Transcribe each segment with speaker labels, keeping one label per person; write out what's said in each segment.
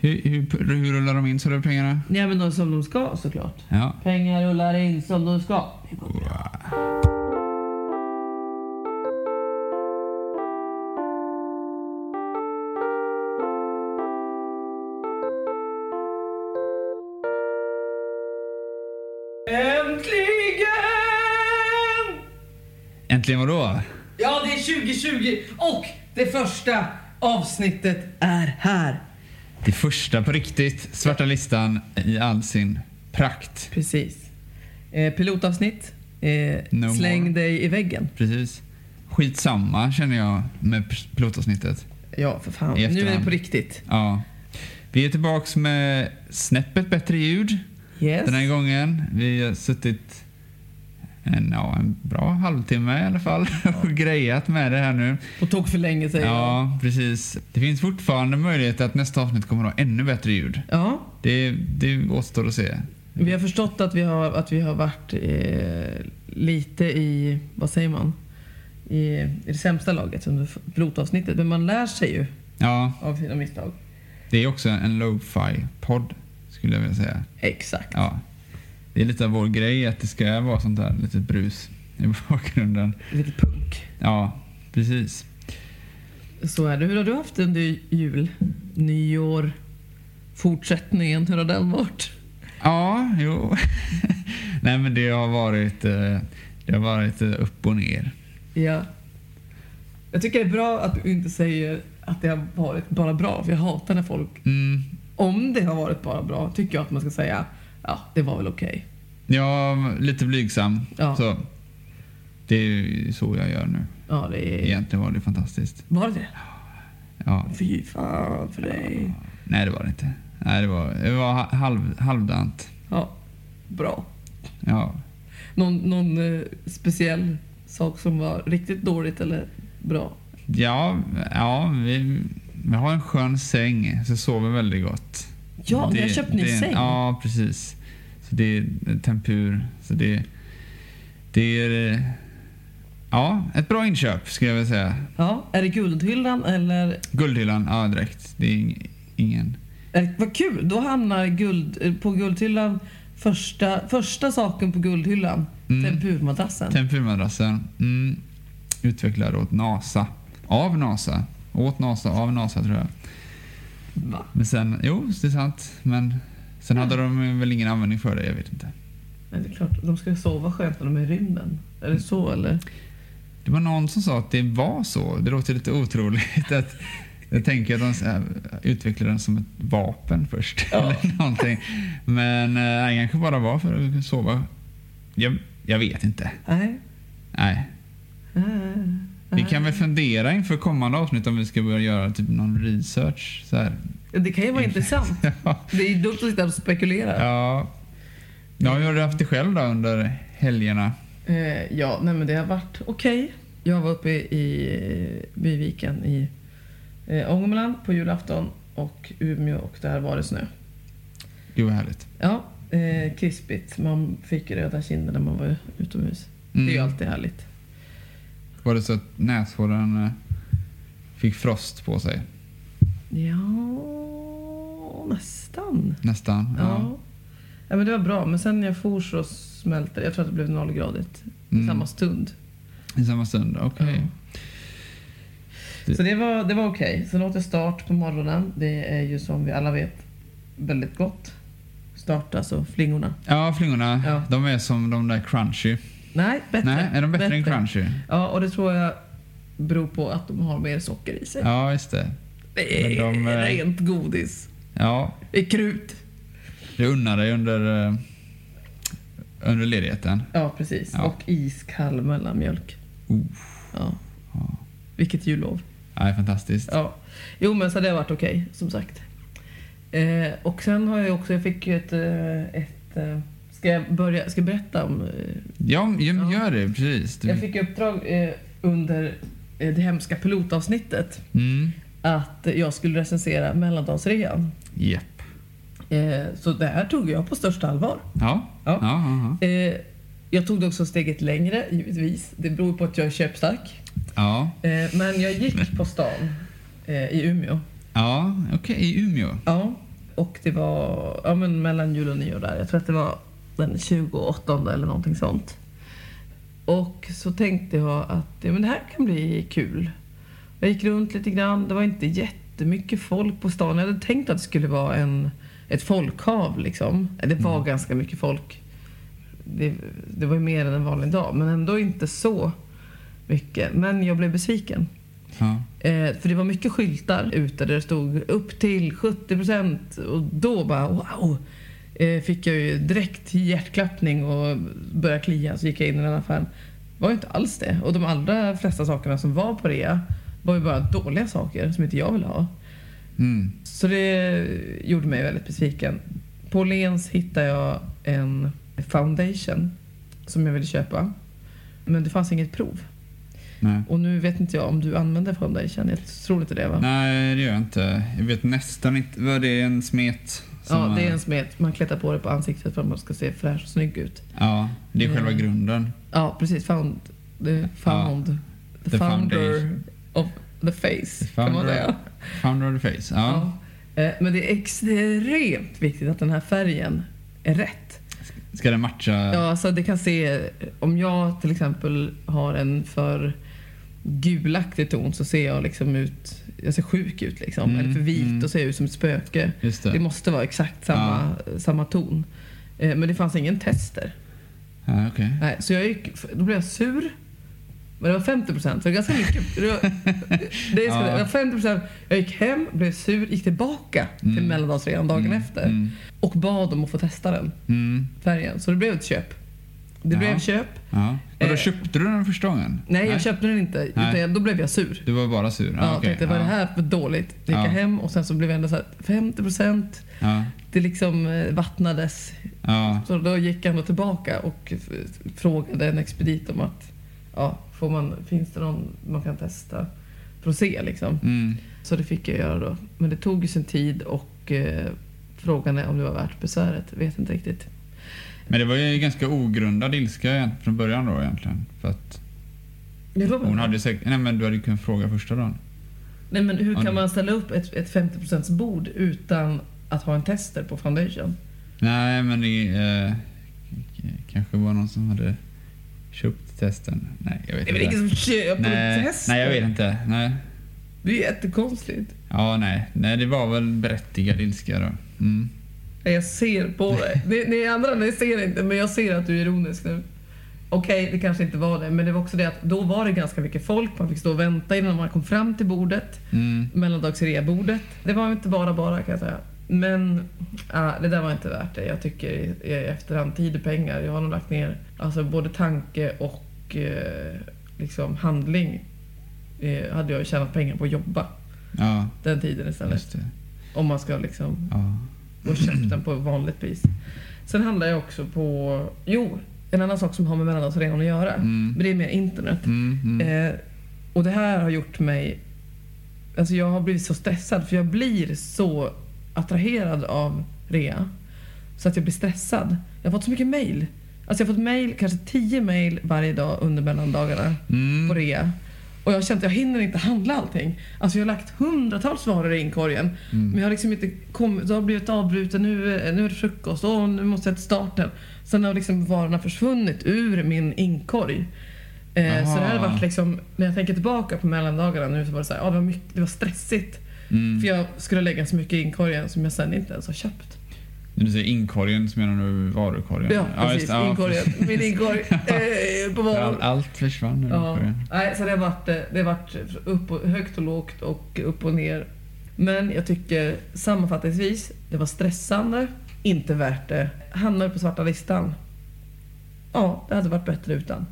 Speaker 1: Hur, hur, hur rullar de in så där pengarna?
Speaker 2: Nej men de som de ska såklart.
Speaker 1: Ja.
Speaker 2: Pengar rullar in som de ska. Det går bra. Äntligen!
Speaker 1: Äntligen vadå?
Speaker 2: Ja, det är 2020 och det första avsnittet är här.
Speaker 1: Det första på riktigt, Svarta listan i all sin prakt.
Speaker 2: Precis. Eh, pilotavsnitt. Eh,
Speaker 1: No
Speaker 2: släng
Speaker 1: more.
Speaker 2: dig i väggen.
Speaker 1: Precis. Skitsamma känner jag med pr- pilotavsnittet.
Speaker 2: Ja, för fan.
Speaker 1: I
Speaker 2: Nu är det
Speaker 1: efterhand.
Speaker 2: på riktigt.
Speaker 1: Ja. Vi är tillbaks med snäppet bättre ljud
Speaker 2: Yes.
Speaker 1: den här gången. Vi har suttit en, ja, en bra halvtimme i alla fall och grejat med det här nu.
Speaker 2: Och tog för länge säger jag.
Speaker 1: Ja, precis. Det finns fortfarande möjlighet att nästa avsnitt kommer att ha ännu bättre ljud.
Speaker 2: Ja,
Speaker 1: Det, det återstår att se.
Speaker 2: vi har förstått att vi har, att vi har varit eh, lite i, vad säger man, i, i det sämsta laget under f- pilotavsnittet. Men man lär sig ju
Speaker 1: Ja,
Speaker 2: av sina misstag.
Speaker 1: det är också en lo-fi podd skulle jag vilja säga.
Speaker 2: Exakt.
Speaker 1: Ja. Det är lite av vår grej att det ska vara sånt där litet brus i bakgrunden.
Speaker 2: Lite punk.
Speaker 1: Ja, precis.
Speaker 2: Så är det. Hur har du haft det under jul, nyår, fortsättningen? Hur har den varit?
Speaker 1: Ja, jo. Nej men det har varit, eh, det har varit eh, upp och ner.
Speaker 2: Ja. Jag tycker det är bra att du inte säger att det har varit bara bra, för jag hatar när folk...
Speaker 1: Mm.
Speaker 2: Om det har varit bara bra tycker jag att man ska säga ja, det var väl okej.
Speaker 1: Ja, lite blygsam.
Speaker 2: Ja.
Speaker 1: Så. Det är ju så jag gör nu.
Speaker 2: Ja, det är...
Speaker 1: Egentligen var det fantastiskt.
Speaker 2: Var det det?
Speaker 1: Ja.
Speaker 2: Fy fan för dig.
Speaker 1: Nej det var det inte. Nej det var, det var ha- halv, halvdant.
Speaker 2: Ja, bra.
Speaker 1: Ja.
Speaker 2: Någon, någon eh, speciell sak som var riktigt dåligt eller bra?
Speaker 1: Ja, ja vi, vi har en skön säng så sover väldigt gott.
Speaker 2: Ja, ni har
Speaker 1: Det-
Speaker 2: köpt ny
Speaker 1: det-
Speaker 2: säng.
Speaker 1: Ja, precis. Så det är tempur. Så det, det är... eh, Ja, ett bra inköp skulle jag vilja säga.
Speaker 2: Ja, Är det guldhyllan eller?
Speaker 1: Guldhyllan, ja direkt. Det är ing- ingen...
Speaker 2: Eh, vad kul, då hamnar guld, eh, på guldhyllan första, första saken på guldhyllan.
Speaker 1: Mm.
Speaker 2: Tempurmadrassen.
Speaker 1: Tempurmadrassen. Mm, utvecklad åt NASA. Av NASA. Åt NASA, av NASA tror jag.
Speaker 2: Va?
Speaker 1: Men sen, jo det är sant. Men sen
Speaker 2: Mm.
Speaker 1: hade de väl ingen användning för det, jag vet inte.
Speaker 2: Nej, det är klart, de ska ju sova skönt när de är i rymden. Är det så eller?
Speaker 1: Det var någon som sa att det var så. Det låter lite otroligt. att Jag tänker att de så här utvecklade den som ett vapen först. Eller någonting. Men eh, nej, kanske bara var för att sova. Jag, jag vet inte.
Speaker 2: Nej.
Speaker 1: Nej.
Speaker 2: Nej, nej,
Speaker 1: Vi
Speaker 2: nej.
Speaker 1: kan väl fundera inför kommande avsnitt om vi ska börja göra typ någon research. Så här.
Speaker 2: Det kan ju vara intressant.
Speaker 1: Ja.
Speaker 2: Det är ju dumt att sitta och spekulera.
Speaker 1: ja. Ja, hur har du haft det själv då under helgerna?
Speaker 2: Eh, ja, nej men det har varit okej. Jag var uppe i eh, Byviken i eh, Ångermanland på julafton och Umeå och där var det snö.
Speaker 1: Gud vad härligt.
Speaker 2: Ja, eh, krispigt. Man fick röda kinder när man var utomhus.
Speaker 1: Mm.
Speaker 2: Det är ju alltid härligt.
Speaker 1: Var det så att näshåren eh, fick frost på sig?
Speaker 2: Ja, nästan.
Speaker 1: Nästan.
Speaker 2: Ja. ja. men det var bra. Men sen när jag for så smälte det. Jag tror att det blev nollgradigt i
Speaker 1: Mm.
Speaker 2: samma stund.
Speaker 1: I samma stund? Okej.
Speaker 2: Så det var, det var okej. Sen åt jag start på morgonen. Det är ju som vi alla vet väldigt gott. Start alltså flingorna.
Speaker 1: Ja, flingorna.
Speaker 2: Ja.
Speaker 1: De är som de där crunchy.
Speaker 2: Nej, bättre.
Speaker 1: Nej, är de bättre, än crunchy?
Speaker 2: Ja, och det tror jag beror på att de har mer socker i sig.
Speaker 1: Ja, just det.
Speaker 2: det är
Speaker 1: men de, eh,
Speaker 2: rent godis.
Speaker 1: Ja,
Speaker 2: Det är krut.
Speaker 1: jag unnar dig under, eh, under ledigheten.
Speaker 2: Ja, precis.
Speaker 1: Ja.
Speaker 2: Och iskall mellanmjölk.
Speaker 1: Oh.
Speaker 2: Ja.
Speaker 1: Ja.
Speaker 2: Vilket jullov.
Speaker 1: Ja, fantastiskt.
Speaker 2: Ja. Jo, men så det har varit okej, som sagt. Eh, och sen har jag ju också, jag fick ju ett... eh, ett eh, ska jag börja, ska jag berätta om eh,
Speaker 1: Ja, ja, men
Speaker 2: Ja.
Speaker 1: gör det. Precis. Du-
Speaker 2: Jag fick uppdrag eh, under eh, det hemska pilotavsnittet
Speaker 1: Mm.
Speaker 2: att jag skulle recensera mellandagsrean.
Speaker 1: Japp.
Speaker 2: Eh, så det här tog jag på största allvar.
Speaker 1: Ja.
Speaker 2: Ja.
Speaker 1: Ja. Ja, ja,
Speaker 2: Eh, jag tog det också steget längre, givetvis. Det beror på att jag är köpstark.
Speaker 1: ja.
Speaker 2: Eh, men jag gick på stan eh, i Umeå.
Speaker 1: ja. okej. I Umeå.
Speaker 2: Ja. Och det var ja, men mellan jul och nyår där. Jag tror att det var den 28 eller någonting sånt. Och så tänkte jag att ja, men det här kan bli kul. Jag gick runt lite grann. Det var inte jättemycket folk på stan. Jag hade tänkt att det skulle vara en, ett folkhav. Liksom. Det var ganska mycket folk. Det, det var ju mer än en vanlig dag, men ändå inte så mycket. Men jag blev besviken.
Speaker 1: Ja.
Speaker 2: Eh, för det var mycket skyltar ute där det stod upp till 70 procent. Och då bara wow! Eh, fick jag ju direkt hjärtklappning och började klia. Så gick jag in i den affären. Det var ju inte alls det. Och de allra flesta sakerna som var på rea var ju bara dåliga saker som inte jag ville ha.
Speaker 1: Mm.
Speaker 2: Så det gjorde mig väldigt besviken. På Lens hittade jag en foundation som jag ville köpa. Men det fanns inget prov.
Speaker 1: Nej.
Speaker 2: Och nu vet inte jag om du använder foundation. Jag tror inte det va?
Speaker 1: Nej, det gör jag inte. Jag vet nästan inte. Vad är det? En smet? som eh,
Speaker 2: ja, det är en smet. Man klättrar på det på ansiktet för att man ska se fräsch och snygg ut.
Speaker 1: Ja, det är själva
Speaker 2: Mm.
Speaker 1: grunden.
Speaker 2: Ja, precis. Found. The found. The,
Speaker 1: The
Speaker 2: founder
Speaker 1: foundation.
Speaker 2: of the face.
Speaker 1: The
Speaker 2: kan man
Speaker 1: founder.
Speaker 2: säga.
Speaker 1: Founder of the face. Ja.
Speaker 2: Ja. Eh, Men det är extremt viktigt att den här färgen är rätt.
Speaker 1: Ska det matcha?
Speaker 2: Ja, alltså det kan se... Om jag till exempel har en för gulaktig ton så ser jag liksom ut... Jag ser sjuk ut liksom.
Speaker 1: Mm,
Speaker 2: Eller för vit,
Speaker 1: mm.
Speaker 2: då ser jag ut som ett spöke.
Speaker 1: Just det.
Speaker 2: Det måste vara exakt samma, samma ton. Eh, Men det fanns ingen tester.
Speaker 1: ja, okej.
Speaker 2: Nej, så jag gick, då blev jag sur. Men det var 50 procent, så det var ganska mycket. Det var, det är så- det var 50 procent. Jag gick hem, blev sur, gick tillbaka till
Speaker 1: Mm.
Speaker 2: mellandagsrean dagen efter
Speaker 1: Mm.
Speaker 2: och bad om att få testa den
Speaker 1: Mm.
Speaker 2: färgen. Så det blev ett köp. Det
Speaker 1: Ja.
Speaker 2: blev köp.
Speaker 1: Ja. Och då
Speaker 2: Eh.
Speaker 1: köpte du den första gången?
Speaker 2: Nej, jag köpte den inte.
Speaker 1: Nej.
Speaker 2: Utan jag, då blev jag sur.
Speaker 1: Du var bara sur?
Speaker 2: Ja,
Speaker 1: okej.
Speaker 2: tänkte, vad är det här för dåligt? Då gick
Speaker 1: Ja.
Speaker 2: jag hem och sen så blev jag ändå så här 50 procent.
Speaker 1: Ja.
Speaker 2: Det liksom eh, vattnades
Speaker 1: Ja.
Speaker 2: Så då gick han då tillbaka och f- frågade en expedit om att ja, får man, finns det någon man kan testa för att se liksom.
Speaker 1: Mm.
Speaker 2: Så det fick jag göra då. Men det tog ju sin tid och eh, frågan är om det var värt besväret. Vet inte riktigt.
Speaker 1: Men det var ju ganska ogrundad ilska egent- från början då egentligen. För att
Speaker 2: Det var väl-
Speaker 1: hon hade säkert... Nej men du hade ju kunnat fråga första dagen.
Speaker 2: Nej men hur
Speaker 1: Ja, det-
Speaker 2: kan man ställa upp ett, ett 50 bord utan att ha en tester på foundation?
Speaker 1: Nej men det... Eh, k- kanske var någon som hade köpt testen. Nej, jag vet
Speaker 2: Det är väl
Speaker 1: inte.
Speaker 2: ingen som köper en
Speaker 1: Nej,
Speaker 2: tester?
Speaker 1: nej, jag vet inte. Nej.
Speaker 2: Det är ju jättekonstigt.
Speaker 1: Ja, nej. nej, det var väl berättigad ilska då. Mm.
Speaker 2: Nej, Jag ser på dig. Ni, ni andra ni ser inte, men jag ser att du är ironisk nu. Okej, det kanske inte var det, men det var också det att då var det ganska mycket folk. Man fick stå och vänta innan man kom fram till bordet.
Speaker 1: Mm.
Speaker 2: Mellandagsreabordet. Det var ju inte bara bara kan jag säga. Men ah, det där var inte värt det. Jag tycker i, i efterhand, tid och pengar. Jag har nog lagt ner alltså, både tanke och eh, liksom, handling. Eh, hade jag ju tjänat pengar på att jobba
Speaker 1: Ja,
Speaker 2: den tiden istället.
Speaker 1: just det.
Speaker 2: Om man ska liksom
Speaker 1: Ja.
Speaker 2: och köpt den på vanligt pris. Sen handlar jag också på, jo, en annan sak som har med mellandagsrean att göra.
Speaker 1: Mm.
Speaker 2: Men det är mer internet.
Speaker 1: Mm, mm.
Speaker 2: Eh, och det här har gjort mig, alltså jag har blivit så stressad för jag blir så attraherad av rea. Så att jag blir stressad. Jag har fått så mycket mail. Alltså jag har fått mail, kanske tio mail varje dag under mellandagarna på
Speaker 1: Mm.
Speaker 2: rea. Och jag har känt att jag hinner inte handla allting. Alltså jag har lagt hundratals varor i inkorgen.
Speaker 1: mm,
Speaker 2: Men jag har liksom inte kommit. Då har jag blivit avbruten. Nu, är- nu är det frukost. Åh, nu måste jag till starten. Sen har liksom varorna försvunnit ur min inkorg. Eh, så det här har
Speaker 1: Aha.
Speaker 2: varit liksom, när jag tänker tillbaka på mellandagarna nu så var det så här, ja, det, var mycket, det var stressigt.
Speaker 1: Mm.
Speaker 2: För jag skulle lägga så mycket i inkorgen som jag sen inte ens har köpt.
Speaker 1: När du säger inkorgen så menar du varukorgen?
Speaker 2: Ja,
Speaker 1: just
Speaker 2: precis.
Speaker 1: det. Ja,
Speaker 2: inkorgen.
Speaker 1: precis.
Speaker 2: Min inkorg eh, på
Speaker 1: All,
Speaker 2: varor.
Speaker 1: allt försvann ur
Speaker 2: Ja.
Speaker 1: inkorgen.
Speaker 2: Nej, så det har varit, eh, det har varit upp och, högt och lågt och upp och ner. Men jag tycker sammanfattningsvis, det var stressande, inte värt det. Hamnade på svarta listan. Ja, det hade varit bättre utan.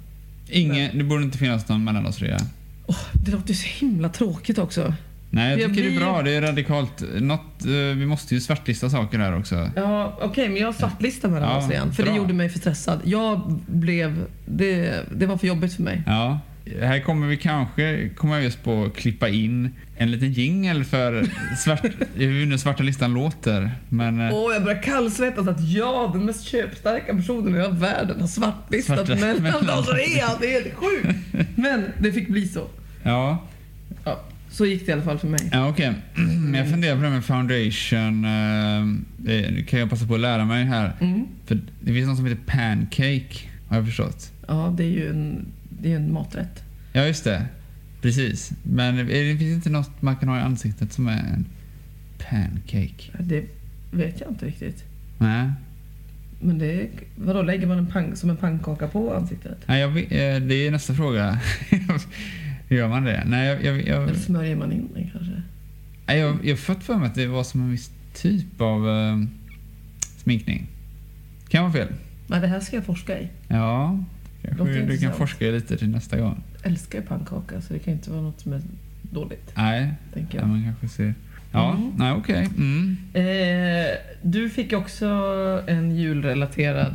Speaker 1: Ingen, det borde inte finnas någon mellandagsrea.
Speaker 2: Åh, det låter ju så himla tråkigt också.
Speaker 1: Nej, jag
Speaker 2: Jag
Speaker 1: tycker det är
Speaker 2: blir-
Speaker 1: bra. Det är radikalt. Något, eh, vi måste ju svartlista saker här också.
Speaker 2: Ja, Okej, men jag svartlistar med den
Speaker 1: Ja,
Speaker 2: här alltså igen. För
Speaker 1: bra.
Speaker 2: det gjorde mig för stressad. Jag blev... Det, det var för jobbigt för mig.
Speaker 1: Ja. Här kommer vi kanske komma just på att klippa in en liten jingel för svart, hur den svarta listan låter. Men eh,
Speaker 2: Åh, jag börjar kallsvettas att jag, den mest köpstarka personen i hela världen, har svartlistat Alltså,
Speaker 1: Svartlistat
Speaker 2: mellandagsrean. Det är helt sjukt. Men det fick bli så.
Speaker 1: ja,
Speaker 2: Ja. Så gick det i alla fall för mig.
Speaker 1: Ja, okej. Men Jag funderar på det här med foundation. eh, eh, Nu kan jag passa på att lära mig här.
Speaker 2: Mm.
Speaker 1: För det finns något som heter pancake, har jag förstått.
Speaker 2: Ja, det är ju en, det är ju en maträtt.
Speaker 1: Ja, just det. Precis. Men är det finns inte något man kan ha i ansiktet som är en pancake?
Speaker 2: Det vet jag inte riktigt.
Speaker 1: Nej.
Speaker 2: Men det är, vadå, lägger man en pang, som en pannkaka på ansiktet?
Speaker 1: Nej, jag, vet- eh, det är nästa fråga. Gör man det? Nej, jag, jag, jag,
Speaker 2: Eller smörjer man in den kanske?
Speaker 1: nej, jag, jag har fått för mig att det var som en viss typ av eh, sminkning. Kan vara fel.
Speaker 2: Nej, det här ska jag forska i.
Speaker 1: Ja, kanske
Speaker 2: Låter
Speaker 1: du kan
Speaker 2: intressant.
Speaker 1: forska i lite till nästa gång.
Speaker 2: Jag älskar ju pannkaka så det kan inte vara något som är dåligt,
Speaker 1: Nej,
Speaker 2: tänker
Speaker 1: ja.
Speaker 2: jag.
Speaker 1: man kanske ser. Ja,
Speaker 2: Mm.
Speaker 1: nej okej. Mm.
Speaker 2: Eh, du fick också en julrelaterad,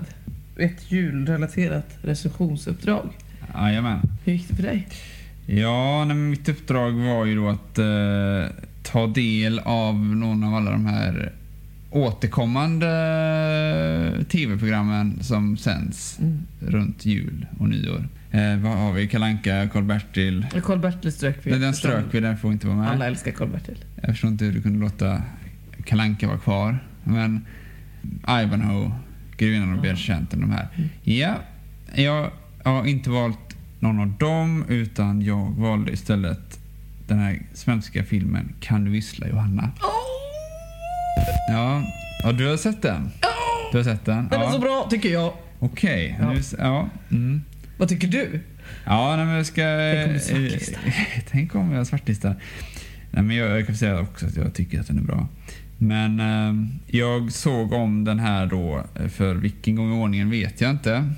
Speaker 2: ett julrelaterat recensionsuppdrag.
Speaker 1: Jajamän.
Speaker 2: Hur gick det för dig?
Speaker 1: Ja, nej, men mitt uppdrag var ju då att eh, ta del av någon av alla de här återkommande tv-programmen som sänds
Speaker 2: Mm.
Speaker 1: runt jul och nyår. Eh, vad har vi? Kalanka, Karl-Bertil.
Speaker 2: Mm. Karl-Bertil strök vi.
Speaker 1: Den, den
Speaker 2: eftersom
Speaker 1: strök vi, den får inte vara med.
Speaker 2: Alla älskar Karl-Bertil.
Speaker 1: Jag förstår inte hur du kunde låta Kalanka vara kvar. Men Ivanhoe, Grevinnan och
Speaker 2: Ja.
Speaker 1: Betjänten, de här.
Speaker 2: Mm.
Speaker 1: Ja, jag har inte valt någon av dem utan jag valde istället den här svenska filmen Kan du vissla Johanna? Ja, ja du har sett den? Du har sett den?
Speaker 2: Den är
Speaker 1: ja.
Speaker 2: så bra tycker jag.
Speaker 1: Okej.
Speaker 2: Ja.
Speaker 1: nu s- Ja. Mm.
Speaker 2: Vad tycker du?
Speaker 1: Ja, nej, men jag ska... eh,
Speaker 2: Tänk om du svartlistar.
Speaker 1: Tänk om jag svartlistar. Nej, men jag, jag kan säga också att jag tycker att den är bra. Men eh, jag såg om den här då, eh, för vilken gång i ordningen vet jag inte.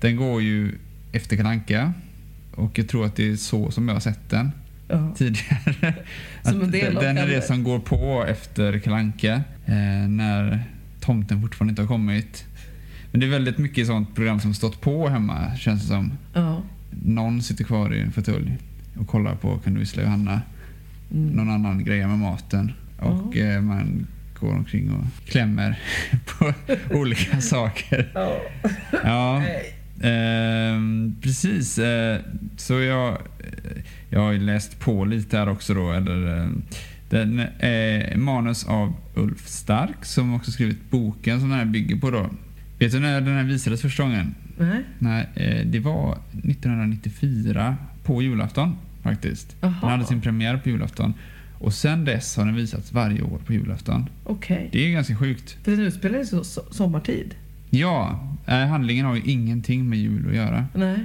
Speaker 1: Den går ju efter Kalle Anka och jag tror att det är så som jag har sett den
Speaker 2: Ja.
Speaker 1: tidigare.
Speaker 2: Som en
Speaker 1: Att
Speaker 2: del av
Speaker 1: den är det
Speaker 2: Kalle.
Speaker 1: som går på efter Kalle Anka eh, när tomten fortfarande inte har kommit. Men det är väldigt mycket sånt program som stått på hemma känns det som.
Speaker 2: ja.
Speaker 1: Någon sitter kvar i en fåtölj och kollar på Kan du vissla Johanna?
Speaker 2: Mm.
Speaker 1: Någon annan grejer med maten. Och eh, man går omkring och klämmer på olika saker.
Speaker 2: Ja.
Speaker 1: Ja,
Speaker 2: Nej.
Speaker 1: ehm, precis. Eh, så jag, eh, jag har ju läst på lite här också då. Eller, eh, den eh, manus av Ulf Stark som också skrivit boken som den här bygger på då. Vet du när den här visades första gången?
Speaker 2: Nej.
Speaker 1: Nej, eh, det var 1994 på julafton faktiskt. Den
Speaker 2: Jaha.
Speaker 1: hade sin premiär på julafton. Och sen dess har den visats varje år på julafton.
Speaker 2: Okej.
Speaker 1: Det är ju ganska sjukt.
Speaker 2: För den utspelar sig så so- sommartid.
Speaker 1: Ja, eh, handlingen har ju ingenting med jul att göra.
Speaker 2: Nej.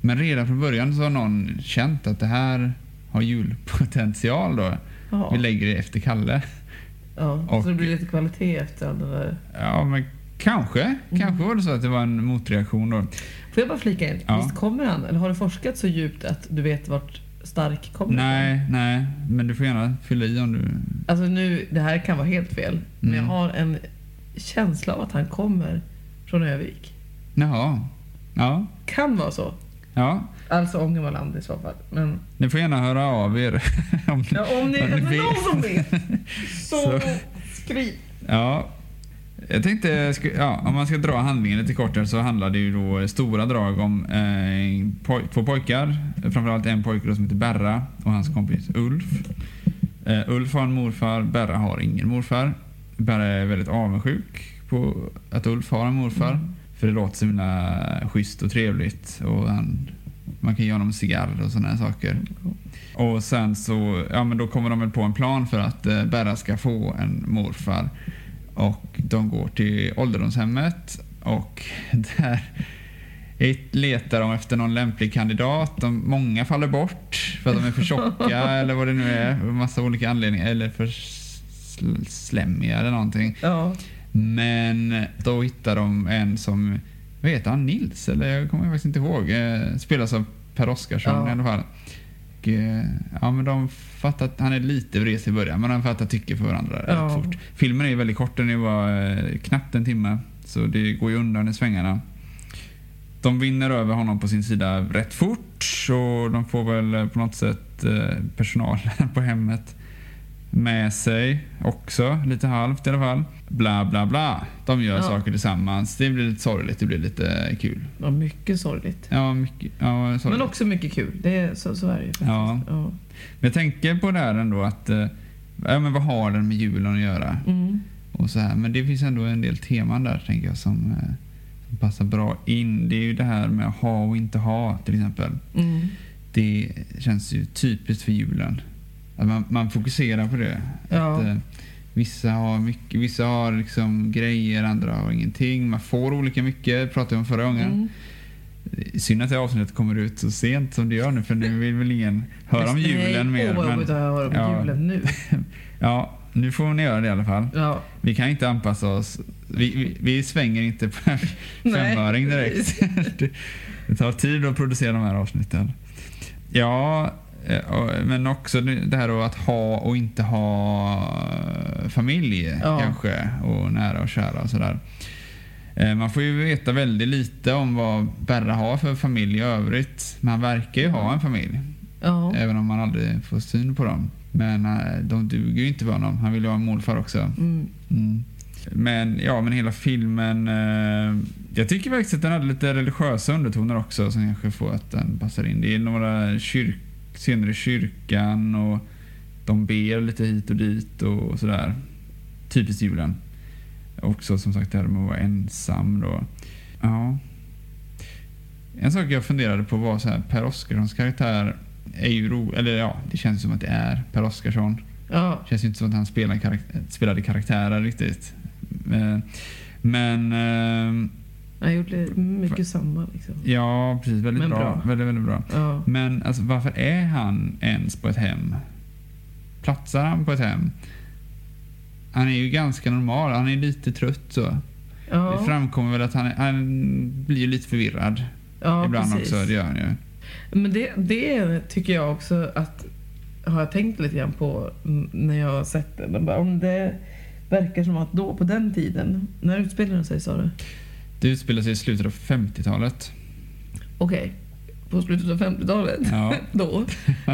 Speaker 1: Men redan från början så har någon känt att det här har julpotential då.
Speaker 2: Ja.
Speaker 1: Vi lägger det efter Kalle.
Speaker 2: ja.
Speaker 1: och-
Speaker 2: Så det blir lite kvalitet efter all den där.
Speaker 1: Ja, men kanske. Kanske var det så att det var en motreaktion då.
Speaker 2: Får jag bara flika in?
Speaker 1: Ja.
Speaker 2: Visst kommer han? Eller har du forskat så djupt att du vet vart Stark kommer ifrån?
Speaker 1: Nej, nej. Men du får gärna fylla i om du...
Speaker 2: Alltså nu, det här kan vara helt fel. Men jag
Speaker 1: Mm.
Speaker 2: har en känsla av att han kommer från Övik.
Speaker 1: Jaha. Ja.
Speaker 2: Kan vara så.
Speaker 1: Ja.
Speaker 2: Alltså Ångermanland i så fall. Men
Speaker 1: Ni får gärna höra av er. om ni...
Speaker 2: ja, om ni,
Speaker 1: Ja,
Speaker 2: om
Speaker 1: ni
Speaker 2: det är någon
Speaker 1: vet.
Speaker 2: som vet
Speaker 1: Så.
Speaker 2: så skriv.
Speaker 1: Ja. Jag tänkte, jag sku- ja, om man ska dra handlingen lite kortare så handlar det ju då i stora drag om eh, poj- två pojkar. Framförallt en pojke då som heter Berra och hans kompis Ulf. Eh, Ulf har en morfar, Berra har ingen morfar. Berra är väldigt avundsjuk på att Ulf har en morfar. För det låter så himla schysst och trevligt. Och han, man kan ge honom en cigarr och sådana här saker. Och sen så, ja men då kommer de väl på en plan för att eh, Berra ska få en morfar. Och de går till ålderdomshemmet och där hit letar de efter någon lämplig kandidat. De, många faller bort för att de är för tjocka eller vad det nu är. Massa olika anledningar. Eller för sl- slemmiga eller någonting.
Speaker 2: Ja,
Speaker 1: Men då hittar de en som, vad heter han, Nils? Eller jag kommer faktiskt inte ihåg. Eh, spelas av Per Oscarsson
Speaker 2: Ja.
Speaker 1: i alla fall. Och, eh, ja men de fattar att han är lite vresig i början men de fattar tycke för varandra
Speaker 2: Ja.
Speaker 1: rätt fort. Filmen är ju väldigt kort, den är ju bara eh, knappt en timme. Så det går ju undan i svängarna. De vinner över honom på sin sida rätt fort och de får väl eh, på något sätt eh, personalen på hemmet med sig också, lite halvt i alla fall. Bla, bla, bla. De gör
Speaker 2: Ja.
Speaker 1: saker tillsammans. Det blir lite sorgligt, det blir lite kul.
Speaker 2: var mycket sorgligt.
Speaker 1: Ja, mycket, ja, sorgligt.
Speaker 2: Men också mycket kul. Det är, så, så är det ju faktiskt.
Speaker 1: Ja.
Speaker 2: Ja.
Speaker 1: Men jag tänker på det här ändå att eh, ja, men vad har den med julen att göra?
Speaker 2: Mm.
Speaker 1: Och så här. Men det finns ändå en del teman där tänker jag som, eh, som passar bra in. Det är ju det här med att ha och inte ha till exempel.
Speaker 2: Mm.
Speaker 1: Det känns ju typiskt för julen. Att man, man fokuserar på det.
Speaker 2: Ja.
Speaker 1: Att, eh, vissa har, mycket, vissa har liksom grejer, andra har ingenting. Man får olika mycket, pratade jag om förra gången.
Speaker 2: Mm.
Speaker 1: Synd att det här avsnittet kommer ut så sent som det gör nu för nu vill väl ingen höra om
Speaker 2: Nej,
Speaker 1: julen mer.
Speaker 2: Åh, vad
Speaker 1: Men,
Speaker 2: roligt att höra om
Speaker 1: Ja.
Speaker 2: julen nu.
Speaker 1: ja, nu får ni göra det i alla fall.
Speaker 2: Ja.
Speaker 1: Vi kan inte anpassa oss. Vi, vi, vi svänger inte på en
Speaker 2: Nej.
Speaker 1: femöring direkt. Det- Det tar tid att producera de här avsnitten. Ja, eh, och- men också det det här då att ha och inte ha eh, familj
Speaker 2: Ja.
Speaker 1: kanske och nära och kära och sådär. Eh, Man får ju veta väldigt lite om vad Berra har för familj i övrigt. Men han verkar ju ha en familj.
Speaker 2: Ja.
Speaker 1: Även om man aldrig får syn på dem. Men eh, de duger ju inte för honom. Han vill ju ha en morfar också.
Speaker 2: Mm.
Speaker 1: Mm. Men ja, men hela filmen. Eh, jag tycker faktiskt att den hade lite religiösa undertoner också som kanske får att den passar in. Det är några kyrk, scener i kyrkan och de ber lite hit och dit och sådär. Typiskt julen. Också som sagt det här med att vara ensam då. Ja. En sak jag funderade på var så här, Per Oscarssons karaktär är ju ro, eller ja, det känns som att det är Per Oscarsson.
Speaker 2: Ja.
Speaker 1: Känns ju inte som att han spelar karak- spelade karaktärer riktigt. Eh, Men eh,
Speaker 2: Jag gjorde mycket samma liksom.
Speaker 1: ja, precis. Väldigt
Speaker 2: Men
Speaker 1: bra.
Speaker 2: bra.
Speaker 1: Väldigt, väldigt bra.
Speaker 2: Ja.
Speaker 1: Men alltså, varför är han ens på ett hem? Platsar han på ett hem? Han är ju ganska normal. Han är lite trött så. Det
Speaker 2: Ja.
Speaker 1: framkommer väl att han, han blir ju lite förvirrad
Speaker 2: Ja,
Speaker 1: ibland
Speaker 2: precis.
Speaker 1: också. Det gör han ju.
Speaker 2: Men det, det tycker jag också att har jag tänkt lite grann på mm, när jag har sett den. Jag Bara, om det verkar som att då på den tiden, när utspelar den sig sa du?
Speaker 1: Det utspelar sig i slutet av 50-talet.
Speaker 2: Okej, på slutet av 50-talet.
Speaker 1: Ja.
Speaker 2: då.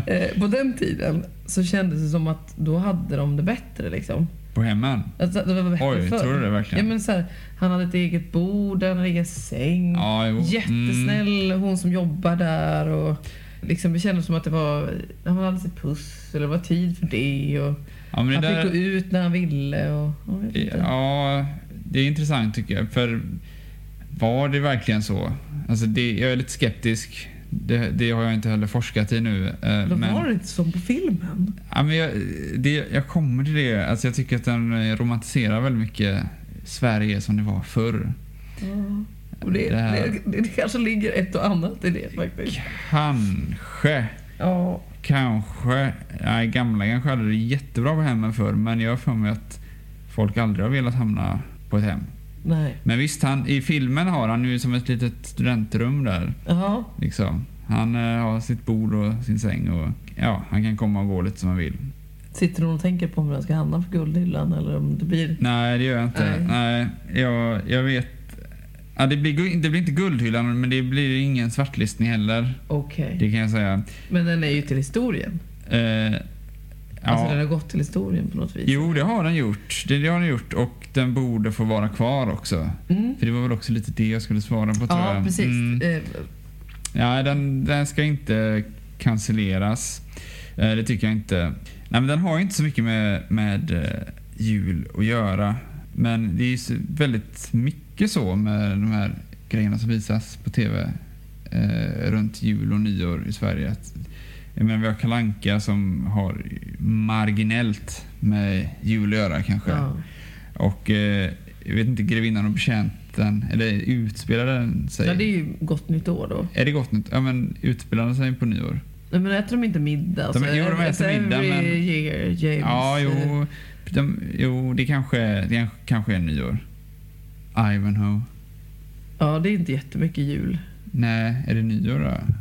Speaker 2: Eh, på den tiden så kändes det som att då hade de det bättre liksom.
Speaker 1: På hemmen.
Speaker 2: Alltså, det var bättre
Speaker 1: Oj,
Speaker 2: förr.
Speaker 1: tror du det
Speaker 2: Ja,
Speaker 1: verkligen?
Speaker 2: men så här, han hade ett eget bord, han hade egen säng.
Speaker 1: Ja, jo. Mm.
Speaker 2: Jättesnäll hon som jobbar där. Och liksom, det kändes som att det var, han hade sitt pussel, det var tid för det. Och
Speaker 1: Ja, men det
Speaker 2: han
Speaker 1: där-
Speaker 2: fick gå ut när han ville. Och, ja, jag vet inte.
Speaker 1: Ja, det är intressant tycker jag. För var det verkligen så? Alltså det, jag är lite skeptisk. Det, det har jag inte heller forskat i nu. eh,
Speaker 2: Då var det inte som på filmen.
Speaker 1: ja, men jag, det, jag kommer till det. Alltså jag tycker att den eh, romantiserar väldigt mycket Sverige som det var förr.
Speaker 2: Ja. Och det,
Speaker 1: Det här-
Speaker 2: det, det, kanske ligger ett och annat i det faktiskt.
Speaker 1: Kanske,
Speaker 2: Ja.
Speaker 1: kanske. Nej, gamla kanske hade det jättebra på hemmen förr men jag har för mig att folk aldrig har velat hamna på ett hem.
Speaker 2: Nej.
Speaker 1: Men visst, han, i filmen har han ju som ett litet studentrum där.
Speaker 2: Ja.
Speaker 1: Liksom. Han eh, har sitt bord och sin säng och ja, han kan komma och gå lite som han vill.
Speaker 2: Sitter hon och tänker på om den ska hamna på guldhyllan eller om det blir...
Speaker 1: Nej, det gör jag inte.
Speaker 2: Nej.
Speaker 1: Nej, jag, jag vet. Ja, det, blir, gu- det blir inte guldhyllan men det blir ingen svartlistning heller.
Speaker 2: Okej.
Speaker 1: Det kan jag säga.
Speaker 2: Men den är ju till historien.
Speaker 1: Eh,
Speaker 2: Alltså den
Speaker 1: ja.
Speaker 2: har gått till historien på något vis.
Speaker 1: Jo, det har den gjort. Det, det har den gjort och den borde få vara kvar också.
Speaker 2: Mm.
Speaker 1: För det var väl också lite det jag skulle svara på tror
Speaker 2: Ja,
Speaker 1: jag.
Speaker 2: precis.
Speaker 1: Mm.
Speaker 2: Eh,
Speaker 1: Nej, den, den ska inte cancelleras. Eh, Det tycker jag inte. Nej, men den har ju inte så mycket med, med eh, jul att göra. Men det är ju så- väldigt mycket så med de här grejerna som visas på TV eh, runt jul och nyår i Sverige. Att, jag menar, vi har Kalle Anka som har marginellt med jul att göra kanske.
Speaker 2: ja.
Speaker 1: Och eh, jag vet inte, Grevinnan och betjänten, eller utspelar den sig?
Speaker 2: ja, det är ju gott nytt år då.
Speaker 1: Är det gott nytt? Ja men utspelar de sig på nyår?
Speaker 2: Nej, men äter de inte middag?
Speaker 1: De- jo, de
Speaker 2: It's
Speaker 1: äter middag,
Speaker 2: every
Speaker 1: men-
Speaker 2: year, James.
Speaker 1: Ja,
Speaker 2: Eh,
Speaker 1: jo. De, jo, det kanske, det kanske- kanske är nyår. Ivanhoe.
Speaker 2: Ja, det är inte jättemycket jul.
Speaker 1: Nej, är det nyår då?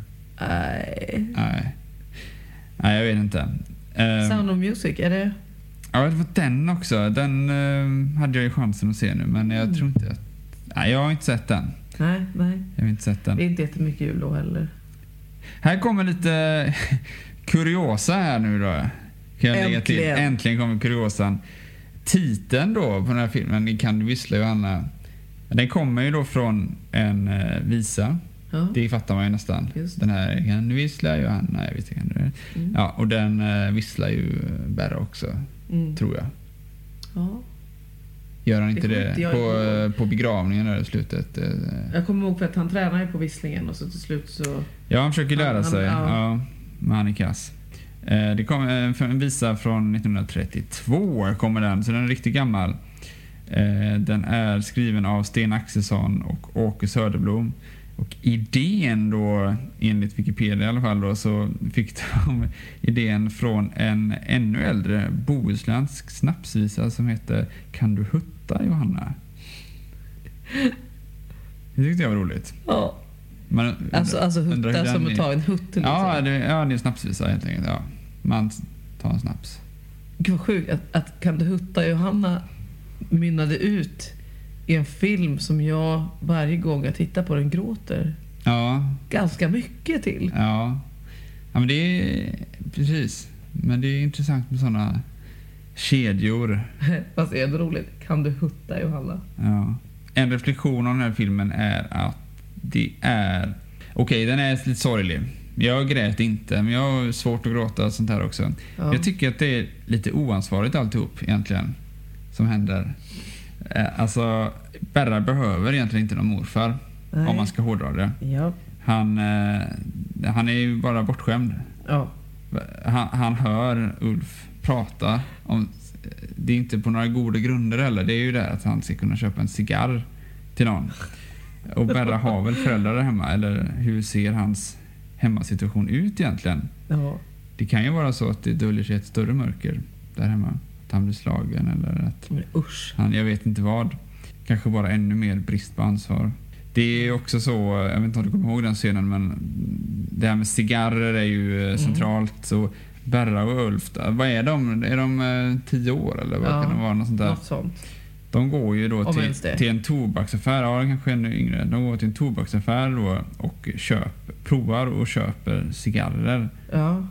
Speaker 2: Nej.
Speaker 1: Nej. Nej, jag vet inte. Ehm,
Speaker 2: Sound of Music, är det...
Speaker 1: ja, det var den också. Den ehm, hade jag ju chansen att se nu, men jag
Speaker 2: Mm.
Speaker 1: tror inte att... Nej, jag har inte sett den.
Speaker 2: Nej, nej.
Speaker 1: Jag har inte sett den.
Speaker 2: Det är inte jättemycket jul då heller.
Speaker 1: Här kommer lite kuriosa här nu då. Kan jag lägga till.
Speaker 2: Äntligen.
Speaker 1: Äntligen kommer kuriosan. Titeln då på den här filmen, Ni kan du vissla Johanna. Den kommer ju då från en eh, visa.
Speaker 2: Ja.
Speaker 1: Det fattar man ju nästan.
Speaker 2: Just det.
Speaker 1: Den här kan du vissla Johanna, jag vet inte. Kan du.
Speaker 2: Mm.
Speaker 1: Ja, och den eh, visslar ju eh, Berra också,
Speaker 2: Mm.
Speaker 1: tror jag.
Speaker 2: Ja.
Speaker 1: Gör han
Speaker 2: Det
Speaker 1: inte
Speaker 2: kommer
Speaker 1: det?
Speaker 2: inte jag
Speaker 1: på,
Speaker 2: ihåg.
Speaker 1: eh, på begravningen där i slutet. eh.
Speaker 2: Jag kommer ihåg för att han tränar ju på visslingen och så till slut så...
Speaker 1: Ja, han försöker lära
Speaker 2: Han- han-
Speaker 1: sig.
Speaker 2: ja.
Speaker 1: ja. men han är kass. Eh, Det kom eh, för- en visa från 1932, kommer den, så den är riktigt gammal. Eh, Den är skriven av Sten Axelsson och Åke Söderblom. Och idén då, enligt Wikipedia i alla fall, då, så fick de idén från en ännu äldre bohuslänsk snapsvisa som heter Kan du hutta Johanna? Det tyckte jag var roligt.
Speaker 2: Ja.
Speaker 1: Man,
Speaker 2: Alltså, alltså
Speaker 1: undrar hur
Speaker 2: hutta
Speaker 1: den
Speaker 2: som
Speaker 1: är.
Speaker 2: att ta en hutt.
Speaker 1: Ja,
Speaker 2: liksom.
Speaker 1: det, ja, det är en snapsvisa helt enkelt. Ja. Man tar en snaps.
Speaker 2: Gud vad sjukt att, att Kan du hutta Johanna mynnade ut i en film som jag varje gång jag tittar på den gråter
Speaker 1: Ja,
Speaker 2: ganska mycket till.
Speaker 1: ja. Ja, men det är... Precis. Men det är intressant med sådana kedjor.
Speaker 2: Fast är det roligt? Kan du hutta Johanna?
Speaker 1: Ja. En reflektion av den här filmen är att det är... Okej, den är lite sorglig. Jag grät inte, men jag har svårt att gråta och sånt här också.
Speaker 2: Ja.
Speaker 1: Jag tycker att det är lite oansvarigt alltihop egentligen. Som händer. Eh, Alltså, Berra behöver egentligen inte någon morfar.
Speaker 2: Nej.
Speaker 1: Om man ska hårdra det.
Speaker 2: ja.
Speaker 1: Han, eh, han är ju bara bortskämd.
Speaker 2: ja.
Speaker 1: Han, han hör Ulf prata om... Det är inte på några goda grunder heller. Det är ju det att han ska kunna köpa en cigarr till någon. Och Berra har väl föräldrar där hemma? Eller hur ser hans hemmasituation ut egentligen?
Speaker 2: ja.
Speaker 1: Det kan ju vara så att det döljer sig ett större mörker där hemma. Att han blir slagen eller att
Speaker 2: Men usch.
Speaker 1: han, jag vet inte vad. Kanske bara ännu mer brist på ansvar. Det är också så, jag vet inte om du kommer ihåg den scenen men det här med cigarrer är ju
Speaker 2: Mm.
Speaker 1: eh, centralt. Så Berra och Ulf, vad är de? Är de eh, tio år eller vad
Speaker 2: Ja.
Speaker 1: kan de vara? Något sånt där?
Speaker 2: Något sånt.
Speaker 1: De går ju då
Speaker 2: Om ens
Speaker 1: till,
Speaker 2: det.
Speaker 1: till en tobaksaffär, ja kanske ännu yngre. De går till en tobaksaffär då och köp, provar och köper cigarrer.
Speaker 2: Ja.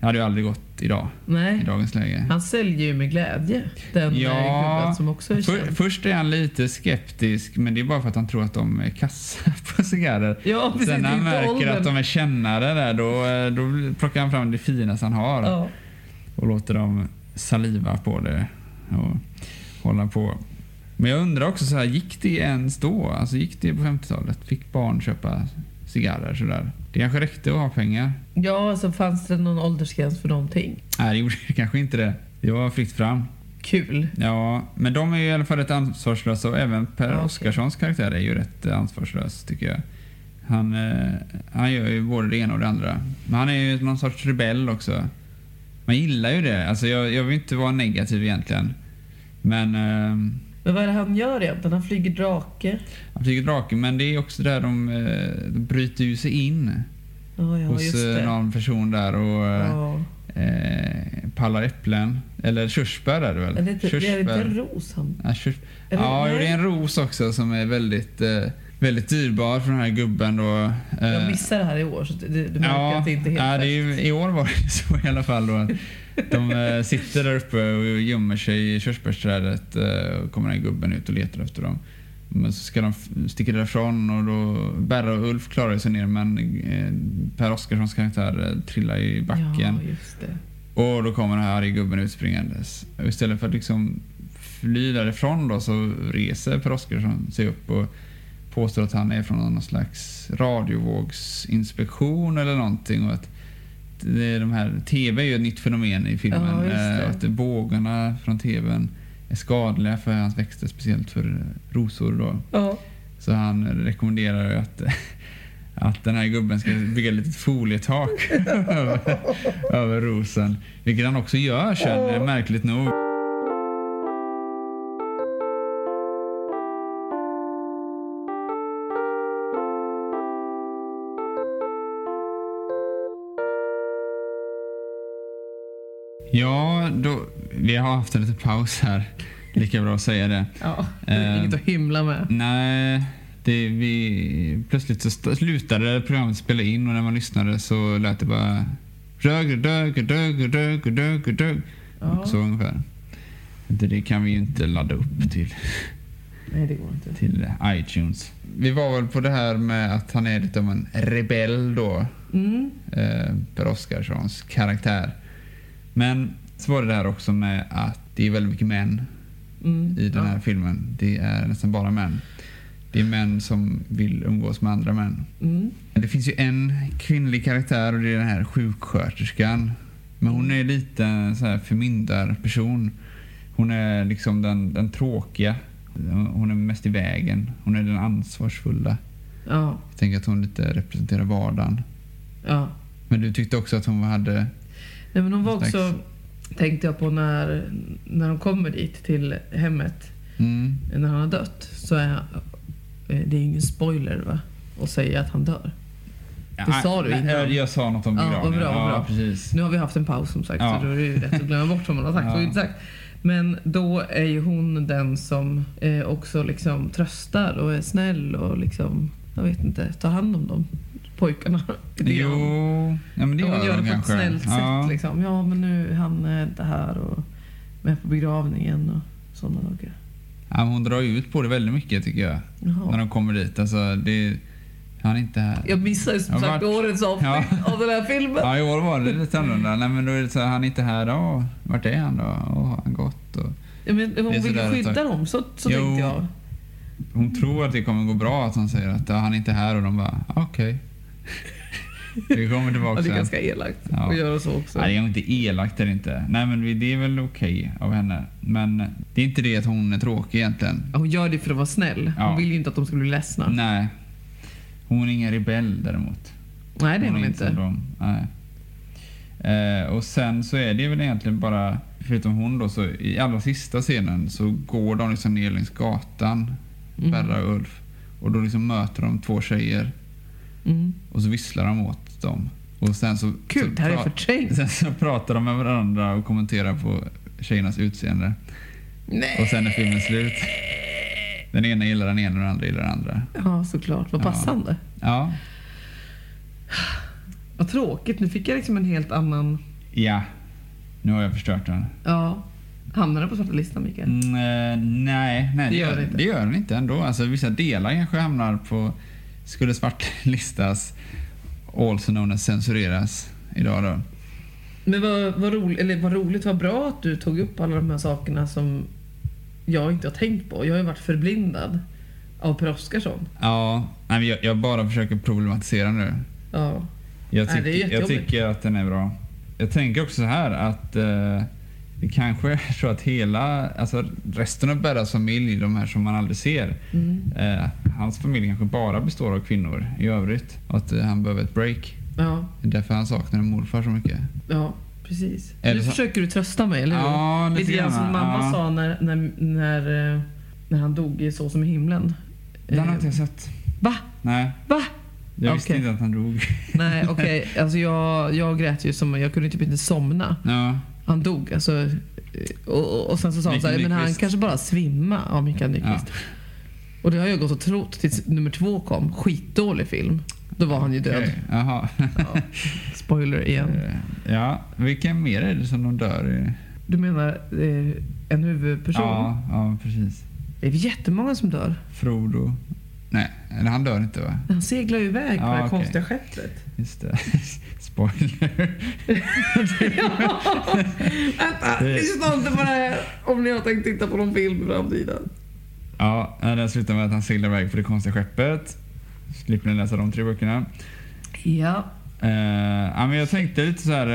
Speaker 1: Det hade ju aldrig gått idag, i
Speaker 2: Nej.
Speaker 1: dagens läge.
Speaker 2: Han säljer ju med glädje. Den
Speaker 1: Ja.
Speaker 2: ja. gubben som också är
Speaker 1: För,
Speaker 2: känd.
Speaker 1: först är han lite skeptisk, men det är bara för att han tror att de är kassa på cigarrer.
Speaker 2: Ja, precis.
Speaker 1: Sen när han
Speaker 2: Det är inte
Speaker 1: märker att
Speaker 2: åldern.
Speaker 1: de är kännare där, då, eh, då plockar han fram det finaste han har
Speaker 2: Ja.
Speaker 1: och låter dem saliva på det och hålla på. Men jag undrar också, så här, gick det ens då? Alltså, gick det på 50-talet? Fick barn köpa cigarrer? Sådär? Det kanske räckte att ha pengar?
Speaker 2: ja, alltså fanns det någon åldersgräns för någonting?
Speaker 1: Nej, det gjorde kanske inte det. Det var fritt fram.
Speaker 2: Kul.
Speaker 1: Ja, men de är ju i alla fall rätt ansvarslösa och även Per
Speaker 2: Ja, okej.
Speaker 1: Oscarssons karaktär är ju rätt eh, ansvarslös tycker jag. Han, eh, han gör ju både det ena och det andra. Men han är ju någon sorts rebell också. Man gillar ju det. Alltså jag, jag vill inte vara negativ egentligen. Men... Eh,
Speaker 2: Men vad är det han gör egentligen? Han flyger drake.
Speaker 1: han flyger drake, men det är också där de, eh, de bryter ju sig in
Speaker 2: Ja, ja
Speaker 1: hos
Speaker 2: just
Speaker 1: eh,
Speaker 2: det.
Speaker 1: någon person där och eh,
Speaker 2: Ja.
Speaker 1: eh, pallar äpplen. Eller körsbär är det väl?
Speaker 2: Är det inte, är det inte
Speaker 1: Körsbär.
Speaker 2: en ros han...
Speaker 1: Ja, kör-
Speaker 2: Är det-
Speaker 1: ja,
Speaker 2: nej?
Speaker 1: jo, det är en ros också som är väldigt, eh, väldigt dyrbar för den här gubben. Då. Eh,
Speaker 2: Jag missar det här i år så du, du märker att det inte är helt
Speaker 1: ja, det är
Speaker 2: rätt.
Speaker 1: ju, I år var det så i alla fall. Då, att de eh, sitter där uppe och gömmer sig i körsbärsträdet eh, och kommer den här gubben ut och letar efter dem. Men så ska de f- sticka därifrån och då Berra och Ulf klarar sig ner men eh, Per Oscarssons karaktär eh, trillar i backen.
Speaker 2: Ja, just det.
Speaker 1: Och då kommer den här arga gubben utspringandes. Och istället för att liksom fly därifrån då så reser Per Oscarsson sig upp och påstår att han är från någon slags radiovågsinspektion eller någonting. Och att det är de här, TV är ju ett nytt fenomen i filmen.
Speaker 2: Ja, just det.
Speaker 1: Eh, Att vågorna från TVn är skadliga för hans växter, speciellt för eh, rosor då.
Speaker 2: Ja.
Speaker 1: Så han rekommenderar ju att, att den här gubben ska bygga ett litet folietak över, över rosen. Vilket han också gör sen, eh, märkligt nog. Ja, då, vi har haft en liten paus här. Lika bra att säga det.
Speaker 2: ja. Det är
Speaker 1: Eh.
Speaker 2: inget att hymla med.
Speaker 1: Nej, det, vi, plötsligt så st- slutade programmet spela in och när man lyssnade så lät det bara Rög, rög, rög, rög, rög, rög.
Speaker 2: Ja.
Speaker 1: Så ungefär. Det det kan vi ju inte ladda upp till,
Speaker 2: Nej, det går inte.
Speaker 1: till iTunes. Vi var väl på det här med att han är lite av en rebell då.
Speaker 2: Mm.
Speaker 1: eh, Per Oscarssons karaktär. Men så var det det här också med att det är väldigt mycket män
Speaker 2: Mm.
Speaker 1: i den här filmen. Det är nästan bara män. Det är män som vill umgås med andra män.
Speaker 2: Ja. Mm.
Speaker 1: Det finns ju en kvinnlig karaktär och det är den här sjuksköterskan. Men hon är lite en så här förmyndarperson. Hon är liksom den, den tråkiga. Hon är mest i vägen. Hon är den ansvarsfulla.
Speaker 2: Ja.
Speaker 1: Jag tänker att hon lite representerar vardagen.
Speaker 2: ja.
Speaker 1: Men du tyckte också att hon hade...
Speaker 2: Nej, men de var
Speaker 1: Slags-
Speaker 2: också, tänkte jag på när, när de kommer dit till hemmet,
Speaker 1: Mm,
Speaker 2: när han har dött, så är han, eh, det är ingen spoiler va? Att säga att han dör. Det sa du
Speaker 1: nej,
Speaker 2: innan.
Speaker 1: Jag, jag sa något om
Speaker 2: Ja, vad
Speaker 1: begravningen.
Speaker 2: bra, vad bra.
Speaker 1: Ja, precis.
Speaker 2: Nu har vi haft en paus som sagt,
Speaker 1: Ja.
Speaker 2: så då är det ju rätt att glömma bort vad man har sagt.
Speaker 1: Ja.
Speaker 2: och inte sagt. Men då är ju hon den som eh, också liksom tröstar och är snäll och liksom, jag vet inte, tar hand om dem pojkarna. Det är hon.
Speaker 1: Jo, ja, men det
Speaker 2: hon
Speaker 1: gör,
Speaker 2: gör
Speaker 1: de
Speaker 2: det på ett
Speaker 1: kanske.
Speaker 2: snällt
Speaker 1: ja.
Speaker 2: sätt. Liksom. Ja, men nu är han eh, inte här och med på begravningen och sådana saker.
Speaker 1: Ja, men hon drar ju ut på det väldigt mycket tycker jag. När
Speaker 2: Jaha.
Speaker 1: de kommer dit. Alltså, det, han är inte här.
Speaker 2: Jag missade ju som
Speaker 1: Jag
Speaker 2: sagt
Speaker 1: vart-
Speaker 2: årets avsnitt
Speaker 1: Ja.
Speaker 2: av den här filmen.
Speaker 1: Ja, i år var det lite annorlunda. Nej, men då är det så här, han är inte här. Ja, vart är han då? Ja, har han gått? Och
Speaker 2: Ja, men hon
Speaker 1: Det är
Speaker 2: vill ju
Speaker 1: sådär ett
Speaker 2: skydda
Speaker 1: tag.
Speaker 2: dem, så, så
Speaker 1: Jo.
Speaker 2: tänkte jag.
Speaker 1: hon tror att det kommer gå bra att han säger att ja, han är inte här och de bara "Ah, okej. Vi kommer
Speaker 2: Ja,
Speaker 1: tillbaka
Speaker 2: det är
Speaker 1: sen.
Speaker 2: ganska elakt
Speaker 1: Ja.
Speaker 2: att göra så också.
Speaker 1: Nej, det är inte elakt är det inte. Nej, men det är väl okej av henne. Men det är inte det att hon är tråkig egentligen.
Speaker 2: Ja, Hon gör det för att vara snäll. Hon
Speaker 1: Ja.
Speaker 2: vill ju inte att de ska bli ledsna. Nej,
Speaker 1: Nej. Hon är ingen rebell däremot.
Speaker 2: det är
Speaker 1: hon
Speaker 2: hon
Speaker 1: är som
Speaker 2: inte.
Speaker 1: dem. Nej. Eh, och sen så är det väl egentligen bara, förutom hon då, så i allra sista scenen så går de liksom ner längs gatan,
Speaker 2: Mm.
Speaker 1: Berra och Ulf. Och då liksom möter de två tjejer
Speaker 2: Mm.
Speaker 1: och så visslar de åt dem. Och sen så,
Speaker 2: Gud,
Speaker 1: så,
Speaker 2: det här är
Speaker 1: pra-
Speaker 2: förträngt.
Speaker 1: sen så pratar de med varandra och kommenterar på tjejernas utseende.
Speaker 2: Nej.
Speaker 1: Och sen är filmen slut. Den ena gillar den ena och den andra gillar den andra.
Speaker 2: Ja, såklart. Vad
Speaker 1: Ja.
Speaker 2: passande.
Speaker 1: Ja.
Speaker 2: Vad tråkigt. Nu fick jag liksom en helt annan...
Speaker 1: Ja. Nu har jag förstört den.
Speaker 2: Ja. Hamnade på svarta listan, Mikael?
Speaker 1: Mm, eh, nej, nej det, gör det, inte. det gör den inte ändå. Alltså, vissa delar kanske hamnar på... Skulle svartlistas, also known as censureras idag då.
Speaker 2: Men vad, vad, roligt, eller vad roligt, vad bra att du tog upp alla de här sakerna som jag inte har tänkt på. Jag har ju varit förblindad av Per Oscarsson.
Speaker 1: Ja, nej, men jag, jag bara försöker problematisera nu.
Speaker 2: Ja.
Speaker 1: Jag,
Speaker 2: Nej, det är
Speaker 1: tycker- jag
Speaker 2: jättejobbigt.
Speaker 1: tycker att den är bra. Jag tänker också så här att eh, det kanske är så att hela, alltså resten av Berras familj, de här som man aldrig ser,
Speaker 2: Mm.
Speaker 1: eh, hans familj kanske bara består av kvinnor i övrigt. Och att eh, han behöver ett break.
Speaker 2: ja.
Speaker 1: Det är därför han saknar en morfar så mycket.
Speaker 2: Ja, precis.
Speaker 1: Är
Speaker 2: Nu
Speaker 1: det så-
Speaker 2: försöker du trösta mig, eller hur?
Speaker 1: Ja, lite
Speaker 2: Lite grann
Speaker 1: grann,
Speaker 2: som mamma
Speaker 1: ja.
Speaker 2: sa när, när, när, eh, när han dog i Så som i himlen.
Speaker 1: Den har inte
Speaker 2: Eh,
Speaker 1: jag sett.
Speaker 2: Va?
Speaker 1: Nej,
Speaker 2: Va?
Speaker 1: jag visste
Speaker 2: Okej.
Speaker 1: inte att han dog.
Speaker 2: Nej okej, alltså jag, jag grät ju som, jag kunde typ inte somna.
Speaker 1: Ja,
Speaker 2: Han dog alltså. eh, Och, och, och sen så sa han
Speaker 1: Mikael
Speaker 2: såhär, men han
Speaker 1: Nyqvist."
Speaker 2: kanske bara svimma av Mikael Nyqvist. Och det har jag gått och trott tills nummer två kom. Skitdålig film. Då var han ju död.
Speaker 1: okej. Jaha.
Speaker 2: Ja. Spoiler igen.
Speaker 1: Eh, Ja, vilken mer är det som de dör i?
Speaker 2: Du menar eh, en huvudperson?
Speaker 1: Ja, ja, precis.
Speaker 2: Det är jättemånga som dör.
Speaker 1: Frodo. Nej, eller han dör inte va?
Speaker 2: Han seglar ju iväg på
Speaker 1: Ja,
Speaker 2: det här
Speaker 1: okej.
Speaker 2: konstiga skeppet.
Speaker 1: Just det. Spoiler.
Speaker 2: Vänta,
Speaker 1: Eh.
Speaker 2: lyssna inte på det här om ni har tänkt titta på någon film i framtiden.
Speaker 1: Ja, den slutar med att han seglar iväg på det konstiga skeppet. Slipper ni läsa de tre böckerna.
Speaker 2: Ja.
Speaker 1: Eh, ja, men jag tänkte lite så här,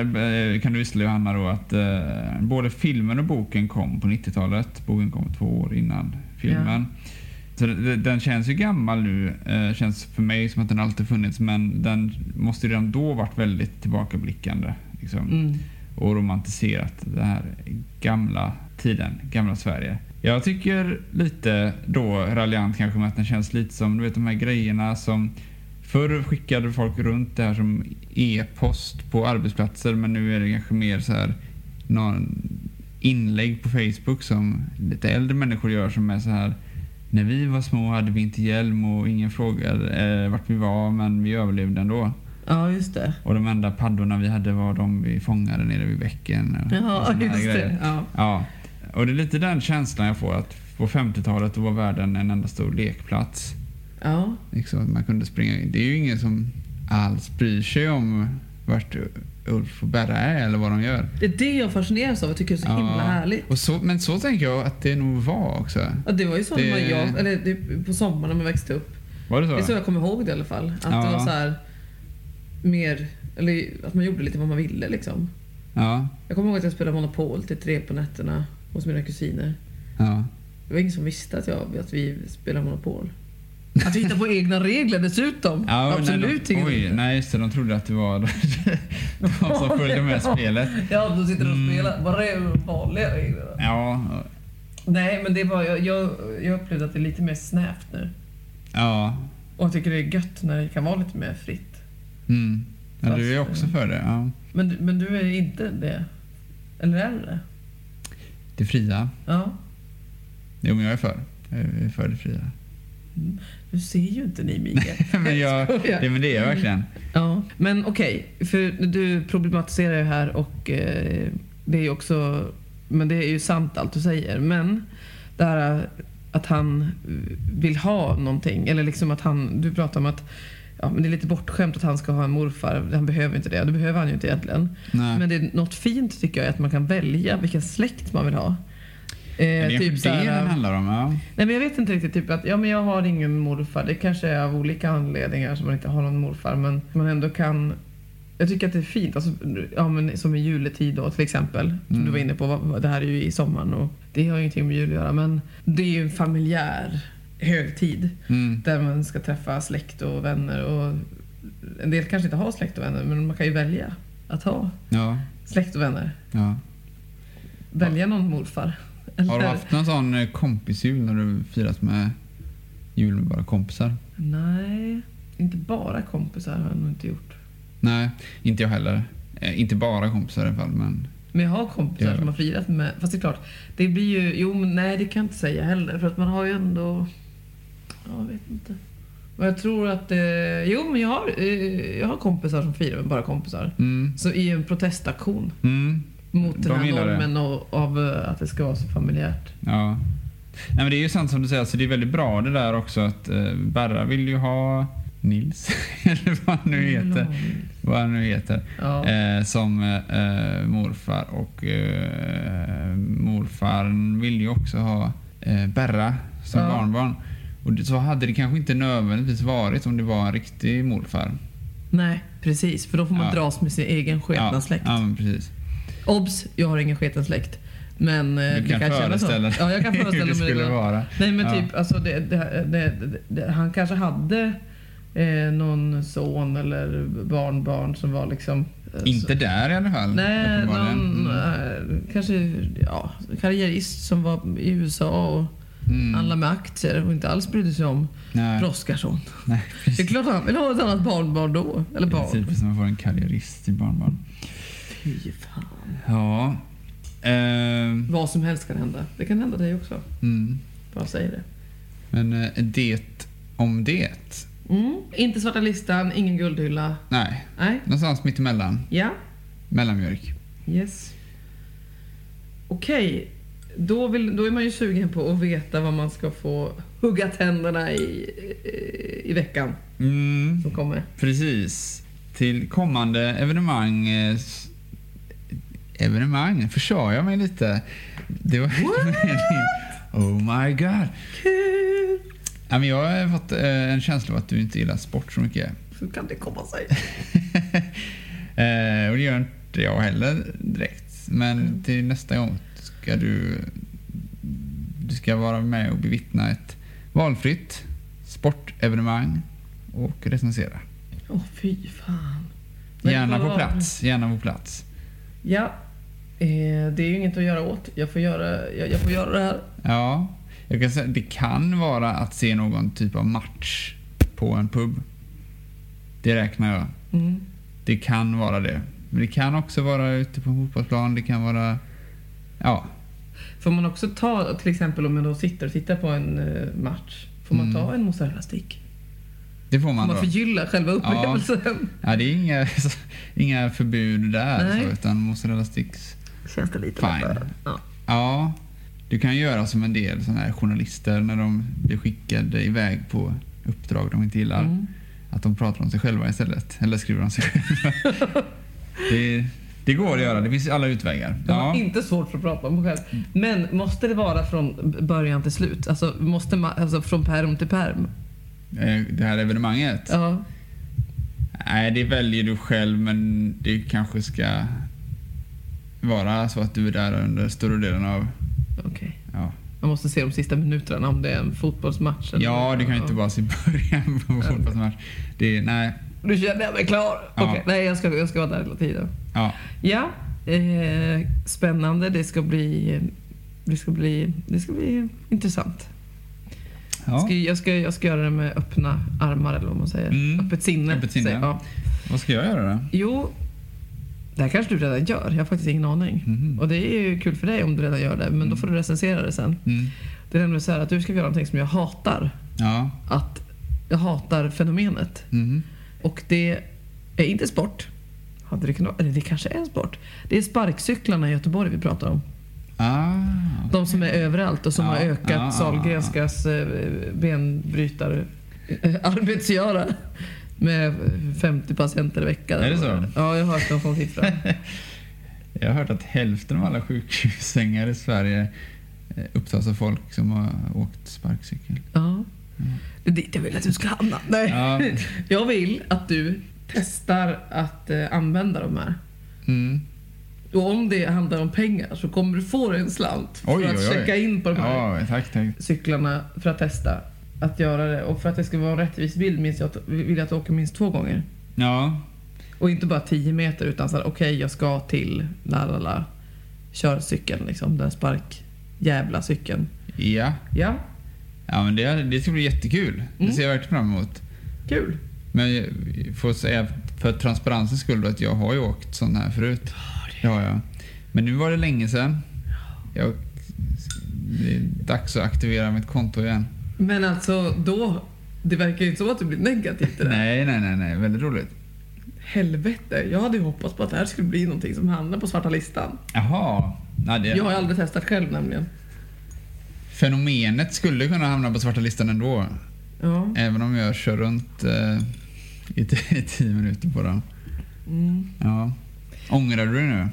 Speaker 1: eh, kan du vissla Johanna då, att eh, både filmen och boken kom på 90-talet. Boken kom två år innan filmen. Så den, den känns ju gammal nu. Eh, känns för mig som att den alltid funnits men den måste ju redan då varit väldigt tillbakablickande. Liksom,
Speaker 2: Mm.
Speaker 1: Och romantiserat den här gamla tiden, gamla Sverige. Jag tycker lite då raljant kanske med att den känns lite som du vet de här grejerna som Förr skickade folk runt det här som e-post på arbetsplatser men nu är det kanske mer så här någon inlägg på Facebook som lite äldre människor gör som är så här när vi var små hade vi inte hjälm och ingen frågade eh, vart vi var men vi överlevde ändå.
Speaker 2: Ja, just det.
Speaker 1: Och de enda paddorna vi hade var de vi fångade nere vid bäcken. Och, och
Speaker 2: Ja,
Speaker 1: Mm. såna här
Speaker 2: just
Speaker 1: grejer.
Speaker 2: det. Ja.
Speaker 1: Ja, och det är lite den känslan jag får att på 50-talet då var världen en enda stor lekplats.
Speaker 2: Ja.
Speaker 1: Liksom, man kunde springa. in. Det är ju ingen som alls bryr sig om vart Ulf och Berra är eller vad de gör.
Speaker 2: Det är det jag fascineras av. Jag tycker det är så himla
Speaker 1: Ja.
Speaker 2: härligt.
Speaker 1: Och så, men så tänker jag att det nog var också.
Speaker 2: Ja, det var ju så
Speaker 1: Det-
Speaker 2: när man- jag, eller det, på sommaren när man växte upp.
Speaker 1: Var det så?
Speaker 2: Det är så jag kommer ihåg det i alla fall. Att
Speaker 1: Ja.
Speaker 2: det var så här mer, eller att man gjorde lite vad man ville liksom.
Speaker 1: Ja.
Speaker 2: Jag kommer ihåg att jag spelade Monopol till tre på nätterna hos mina kusiner.
Speaker 1: ja.
Speaker 2: Det var ingen som visste att, jag, att vi spelade Monopol. Att vi hittade på egna regler dessutom.
Speaker 1: ja och
Speaker 2: Absolut
Speaker 1: nej, de,
Speaker 2: ingen.
Speaker 1: Oj, nej just det, de trodde att det var de som följde med spelet.
Speaker 2: Ja, då sitter de och
Speaker 1: Mm.
Speaker 2: spelar. Var det vanliga regler? då?
Speaker 1: Ja,
Speaker 2: Nej, men det var, jag, jag, jag upplevde att det är lite mer snävt nu.
Speaker 1: ja.
Speaker 2: Och jag tycker det är gött när det kan vara lite mer fritt.
Speaker 1: Mm. ja du är
Speaker 2: Fast,
Speaker 1: också för det. Ja.
Speaker 2: Men, men du är inte det? Eller är du det?
Speaker 1: Det fria.
Speaker 2: Ja.
Speaker 1: Jo, men jag är för. Jag är för det fria.
Speaker 2: Du ser ju inte ni Mikael.
Speaker 1: men, jag,
Speaker 2: skojar.
Speaker 1: det, men det är jag verkligen.
Speaker 2: Ja, men okej. för du problematiserar ju här och eh, det är ju också... Men det är ju sant allt du säger. Men det här att han eh, vill ha någonting. Eller liksom att han... Du pratar om att ja, men det är lite bortskämt att han ska ha en morfar. Han behöver inte det. Det behöver han ju inte egentligen.
Speaker 1: Nej.
Speaker 2: Men det är något fint tycker jag att man kan välja vilken släkt man vill ha. Eh,
Speaker 1: Men det är
Speaker 2: typ
Speaker 1: typ
Speaker 2: så
Speaker 1: det den
Speaker 2: här,
Speaker 1: handlar om. Ja.
Speaker 2: nej men jag vet inte riktigt, typ att ja, men jag har ingen morfar. Det kanske är av olika anledningar som man inte har någon morfar men man ändå kan jag tycker att det är fint, alltså, ja, men som i juletid då, till exempel. Som
Speaker 1: Mm.
Speaker 2: du var inne på, vad- vad- det här är ju i sommaren och det har ju ingenting med jul att göra. Men det är ju en familjär högtid
Speaker 1: Mm.
Speaker 2: där man ska träffa släkt och vänner. Och en del kanske inte har släkt och vänner men man kan ju välja att ha
Speaker 1: Ja.
Speaker 2: släkt och vänner.
Speaker 1: Ja.
Speaker 2: Välja någon morfar.
Speaker 1: Har du
Speaker 2: Eller-
Speaker 1: haft någon sån eh, kompisjul när du firat med jul med bara kompisar?
Speaker 2: Nej, inte bara kompisar har jag nog inte gjort.
Speaker 1: Nej, inte jag heller. Eh, inte bara kompisar i alla fall, men...
Speaker 2: Men jag har kompisar
Speaker 1: Ja.
Speaker 2: som har firat med... Fast det är klart, det blir ju... Jo, men nej det kan jag inte säga heller för att man har ju ändå... Ja, jag vet inte. Men jag tror att... Eh, jo, men jag har, eh, jag har kompisar som firar med bara kompisar.
Speaker 1: Mm.
Speaker 2: Så i en protestaktion
Speaker 1: Mm.
Speaker 2: mot
Speaker 1: De
Speaker 2: den här
Speaker 1: gillar det.
Speaker 2: normen och, av eh, att det ska vara så familjärt.
Speaker 1: Ja. Nej, men det är ju sant som du säger, så det är väldigt bra det där också att eh, Berra vill ju ha Nils, eller vad han nu
Speaker 2: Mm.
Speaker 1: heter, vad han nu heter
Speaker 2: Ja.
Speaker 1: eh, som eh, morfar. Och eh, morfar vill ju också ha eh, Berra som
Speaker 2: Ja.
Speaker 1: barnbarn. Och det- så hade det kanske inte nödvändigtvis varit om det var en riktig morfar.
Speaker 2: Nej, precis. För då får man
Speaker 1: Ja.
Speaker 2: dras med sin egen sketna
Speaker 1: ja,
Speaker 2: släkt. Eh,
Speaker 1: Ja, men precis.
Speaker 2: Obs! Jag har ingen sketen släkt. Men eh,
Speaker 1: Du
Speaker 2: det
Speaker 1: kan
Speaker 2: kan kännas så.
Speaker 1: föreställa dig
Speaker 2: Ja, jag kan
Speaker 1: hur
Speaker 2: föreställa
Speaker 1: det
Speaker 2: mig
Speaker 1: skulle
Speaker 2: det.
Speaker 1: vara.
Speaker 2: Nej men
Speaker 1: Ja.
Speaker 2: typ, alltså det, det, det, det, han kanske hade eh, någon son eller barnbarn som var liksom... eh,
Speaker 1: Inte
Speaker 2: så,
Speaker 1: där i alla fall.
Speaker 2: Nej,
Speaker 1: uppenbarligen.
Speaker 2: någon
Speaker 1: Mm.
Speaker 2: eh, kanske ja, karriärist som var i USA och
Speaker 1: Mm.
Speaker 2: handlade med aktier och inte alls brydde sig om
Speaker 1: Nej,
Speaker 2: Roskarsson.
Speaker 1: nej,
Speaker 2: Det är klart han vill ha ett annat barnbarn då. Eller
Speaker 1: Det är
Speaker 2: barn.
Speaker 1: typiskt att man får en karriärist i barnbarn.
Speaker 2: Fy fan.
Speaker 1: Ja. Ehm,
Speaker 2: Vad som helst kan hända. Det kan hända dig också.
Speaker 1: mm.
Speaker 2: Bara säger det.
Speaker 1: Men eh, det om det.
Speaker 2: Mm. Inte svarta listan, ingen guldhylla.
Speaker 1: Nej,
Speaker 2: Nej.
Speaker 1: någonstans mittemellan.
Speaker 2: Ja.
Speaker 1: Mellanmjölk.
Speaker 2: Yes. Okej. Då, vill, då är man ju sugen på att veta vad man ska få hugga tänderna i, eh, i, i veckan
Speaker 1: Mm,
Speaker 2: som kommer.
Speaker 1: precis. Till kommande evenemang... eh, s- Evenemang? Försade jag mig lite? Det var inte meningen. Oh my god.
Speaker 2: Kul!
Speaker 1: Ja, men jag har fått eh, en känsla av att du inte gillar sport så mycket.
Speaker 2: Hur kan det komma sig?
Speaker 1: Eh, och det gör inte jag heller direkt. Men
Speaker 2: Mm.
Speaker 1: till nästa gång ska du, du ska vara med och bevittna ett valfritt sportevenemang och recensera.
Speaker 2: Åh fy fan. Men
Speaker 1: Gärna
Speaker 2: vad
Speaker 1: på
Speaker 2: var det?
Speaker 1: plats. Gärna på plats.
Speaker 2: Ja. Eh, det är ju inget att göra åt. Jag får göra, jag, jag får göra det här.
Speaker 1: Ja, jag kan säga, det kan vara att se någon typ av match på en pub. Det räknar jag.
Speaker 2: Mm.
Speaker 1: Det kan vara det. Men det kan också vara ute på en fotbollsplan. Det kan vara... Ja.
Speaker 2: Får man också ta, till exempel om man då sitter och tittar på en eh, match, får man
Speaker 1: Mm.
Speaker 2: ta en mozzarella stick?
Speaker 1: Det får man
Speaker 2: Man
Speaker 1: då.
Speaker 2: förgylla själva upplevelsen.
Speaker 1: Ja, det är inga, inga förbud där,
Speaker 2: Nej.
Speaker 1: så, utan mozzarella sticks.
Speaker 2: Känns det lite
Speaker 1: Fine.
Speaker 2: lättare? Ja.
Speaker 1: Ja, du kan göra som en del såna här journalister när de blir skickade iväg på uppdrag de inte gillar.
Speaker 2: Mm.
Speaker 1: Att de pratar om sig själva istället. Eller skriver om sig själva. det, det går att göra. Det finns alla utvägar.
Speaker 2: Jag
Speaker 1: Ja.
Speaker 2: har inte svårt för att prata om mig själv. Men måste det vara från början till slut? Alltså, måste man, alltså från perm till perm?
Speaker 1: Eh, Det här evenemanget.
Speaker 2: Ja.
Speaker 1: Nej, det väljer du själv men det kanske ska vara så att du är där under större delen av...
Speaker 2: Okej.
Speaker 1: Ja,
Speaker 2: Man måste se de sista minuterna om det är en fotbollsmatch. eller-
Speaker 1: ja du kan ju inte bara se början på en fotbollsmatch. Det, nej,
Speaker 2: Nu känner jag mig klar.
Speaker 1: Ja.
Speaker 2: Okej, nej jag ska, jag ska vara där hela tiden.
Speaker 1: ja.
Speaker 2: Ja, eh, spännande. Det ska bli... Det ska bli, det ska bli intressant.
Speaker 1: ja.
Speaker 2: Ska, jag, ska, jag ska göra det med öppna armar eller vad man säger.
Speaker 1: Mm.
Speaker 2: Öppet sinne.
Speaker 1: Öppet sinne.
Speaker 2: säger jag.
Speaker 1: Vad ska jag göra då?
Speaker 2: Jo, det här kanske du redan gör. Jag har faktiskt ingen aning.
Speaker 1: Mhm.
Speaker 2: Och det är ju kul för dig om du redan gör det, men då får du recensera det sen.
Speaker 1: Mm.
Speaker 2: Det är nämligen så här att du ska göra någonting som jag hatar.
Speaker 1: Ja.
Speaker 2: Att jag hatar fenomenet.
Speaker 1: Mhm.
Speaker 2: Och det är inte sport. Hade det kunnat, eller det kanske är sport. Det är sparkcyklarna i Göteborg vi pratar om.
Speaker 1: Ah.
Speaker 2: De som är överallt och som
Speaker 1: Ja,
Speaker 2: har ökat
Speaker 1: ja, ja,
Speaker 2: Sahlgrenskas eh, benbrytare eh, arbetsgöra med 50 patienter i veckan.
Speaker 1: Är det så?
Speaker 2: Ja, jag har hört någon sån siffra.
Speaker 1: Jag har hört att hälften av alla sjukhussängar i Sverige eh, upptas av folk som har åkt sparkcykel.
Speaker 2: Ja. Mm. Det är dit jag vill att du ska hamna. Nej.
Speaker 1: Ja.
Speaker 2: Jag vill att du testar att eh, använda de här.
Speaker 1: Mm.
Speaker 2: Och om det handlar om pengar så kommer du få en slant för
Speaker 1: Oj,
Speaker 2: att
Speaker 1: oj, oj.
Speaker 2: checka in på de här
Speaker 1: Ja, tack, tack.
Speaker 2: cyklarna för att testa att göra det. Och för att det ska vara en rättvis bild minns jag att, vill jag att du åker minst två gånger.
Speaker 1: Ja,
Speaker 2: Och inte bara 10 meter utan så här, okej jag ska till la la la. Kör cykeln liksom, den spark jävla cykeln.
Speaker 1: ja.
Speaker 2: Ja,
Speaker 1: Ja, men det, det ska bli jättekul.
Speaker 2: Mm.
Speaker 1: Det ser jag verkligen fram emot.
Speaker 2: kul.
Speaker 1: Men jag får säga för transparensens skull då att jag har ju åkt sån här förut. Det har jag. Men nu var det länge sedan. Jag, det är dags att aktivera mitt konto igen.
Speaker 2: Men alltså då, det verkar ju inte som att det blir negativt det där.
Speaker 1: Nej, nej, nej, nej. Väldigt roligt.
Speaker 2: Helvete, jag hade ju hoppats på att det här skulle bli någonting som hamnar på svarta listan.
Speaker 1: Jaha. Nej, det,
Speaker 2: Jag har ju aldrig testat själv nämligen.
Speaker 1: Fenomenet skulle kunna hamna på svarta listan ändå.
Speaker 2: Ja.
Speaker 1: Även om jag kör runt eh, i t- i tio minuter på den.
Speaker 2: Mm.
Speaker 1: Ja. Ångrar du dig nu?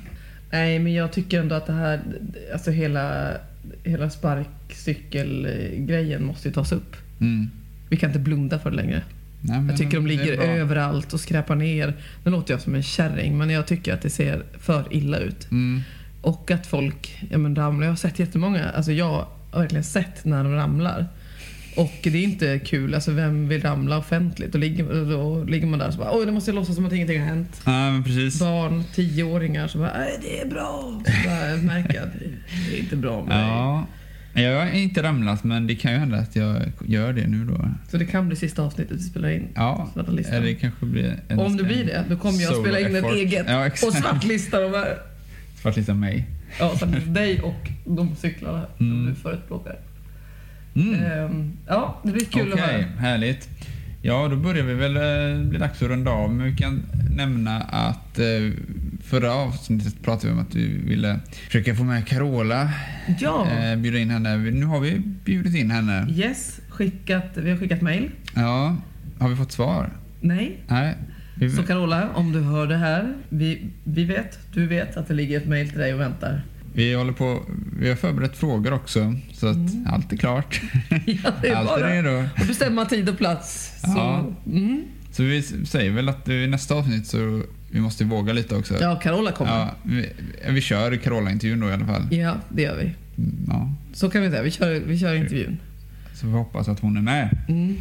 Speaker 2: Nej, men jag tycker ändå att det här, alltså hela, hela sparkcykelgrejen måste ju tas upp.
Speaker 1: Mm.
Speaker 2: Vi kan inte blunda för det längre.
Speaker 1: Nej, men
Speaker 2: Jag tycker de
Speaker 1: det är
Speaker 2: ligger
Speaker 1: bra.
Speaker 2: överallt och skräpar ner. Nu låter jag som en kärring, men jag tycker att det ser för illa ut.
Speaker 1: Mm.
Speaker 2: Och att folk ja, men ramlar. Jag har sett jättemånga, alltså jag har verkligen sett när de ramlar. Och det är inte kul, alltså vem vill ramla offentligt? Då ligger, då ligger man där och så bara oj, nu måste jag låtsas som att ingenting har hänt.
Speaker 1: Ja, men precis.
Speaker 2: barn, tioåringar som bara "Nej, det är bra. Så bara, jag märker att det är inte bra med dig.
Speaker 1: Ja. Jag har inte ramlat men det kan ju hända att jag gör det nu då.
Speaker 2: Så det kan bli sista avsnittet vi spelar in.
Speaker 1: Ja.
Speaker 2: Svarta listan.
Speaker 1: Eller det kanske blir en,
Speaker 2: Liksom. Om det blir det, då kommer jag
Speaker 1: solo
Speaker 2: spela in ett
Speaker 1: effort.
Speaker 2: eget
Speaker 1: Ja,
Speaker 2: och
Speaker 1: exakt.
Speaker 2: svartlista de här.
Speaker 1: Svartlista mig.
Speaker 2: Ja, så att dig och de cyklarna som
Speaker 1: Mm.
Speaker 2: du förespråkar.
Speaker 1: Mm.
Speaker 2: Ehm, ja, det blir kul
Speaker 1: Okej,
Speaker 2: att höra.
Speaker 1: härligt. Ja, då börjar vi väl eh, bli dags att runda av. Men vi kan nämna att eh, förra avsnittet pratade vi om att vi ville försöka få med Carola.
Speaker 2: Ja,
Speaker 1: Eh, bjuda in henne. Vi- Nu har vi bjudit in henne.
Speaker 2: yes, skickat, vi har skickat mail.
Speaker 1: Ja, har vi fått svar?
Speaker 2: Nej.
Speaker 1: Nej. Vi,
Speaker 2: Så Carola, om du hör det här, vi, vi vet, du vet att det ligger ett mail till dig och väntar.
Speaker 1: vi håller på. Vi har förberett frågor också. Så att allt är klart.
Speaker 2: Ja, Mm. det är
Speaker 1: Allt är
Speaker 2: bara
Speaker 1: redo.
Speaker 2: att bestämma tid och plats. Så,
Speaker 1: Ja.
Speaker 2: mm.
Speaker 1: Så vi s- säger väl att eh, i nästa avsnitt så vi måste våga lite också.
Speaker 2: Ja, Carola kommer. Ja.
Speaker 1: Ja, vi, vi kör Carola-intervjun då i alla fall.
Speaker 2: det gör vi.
Speaker 1: Mm, Ja,
Speaker 2: Så kan vi säga. Vi kör, vi kör intervjun.
Speaker 1: så vi hoppas att hon är med.
Speaker 2: Mm.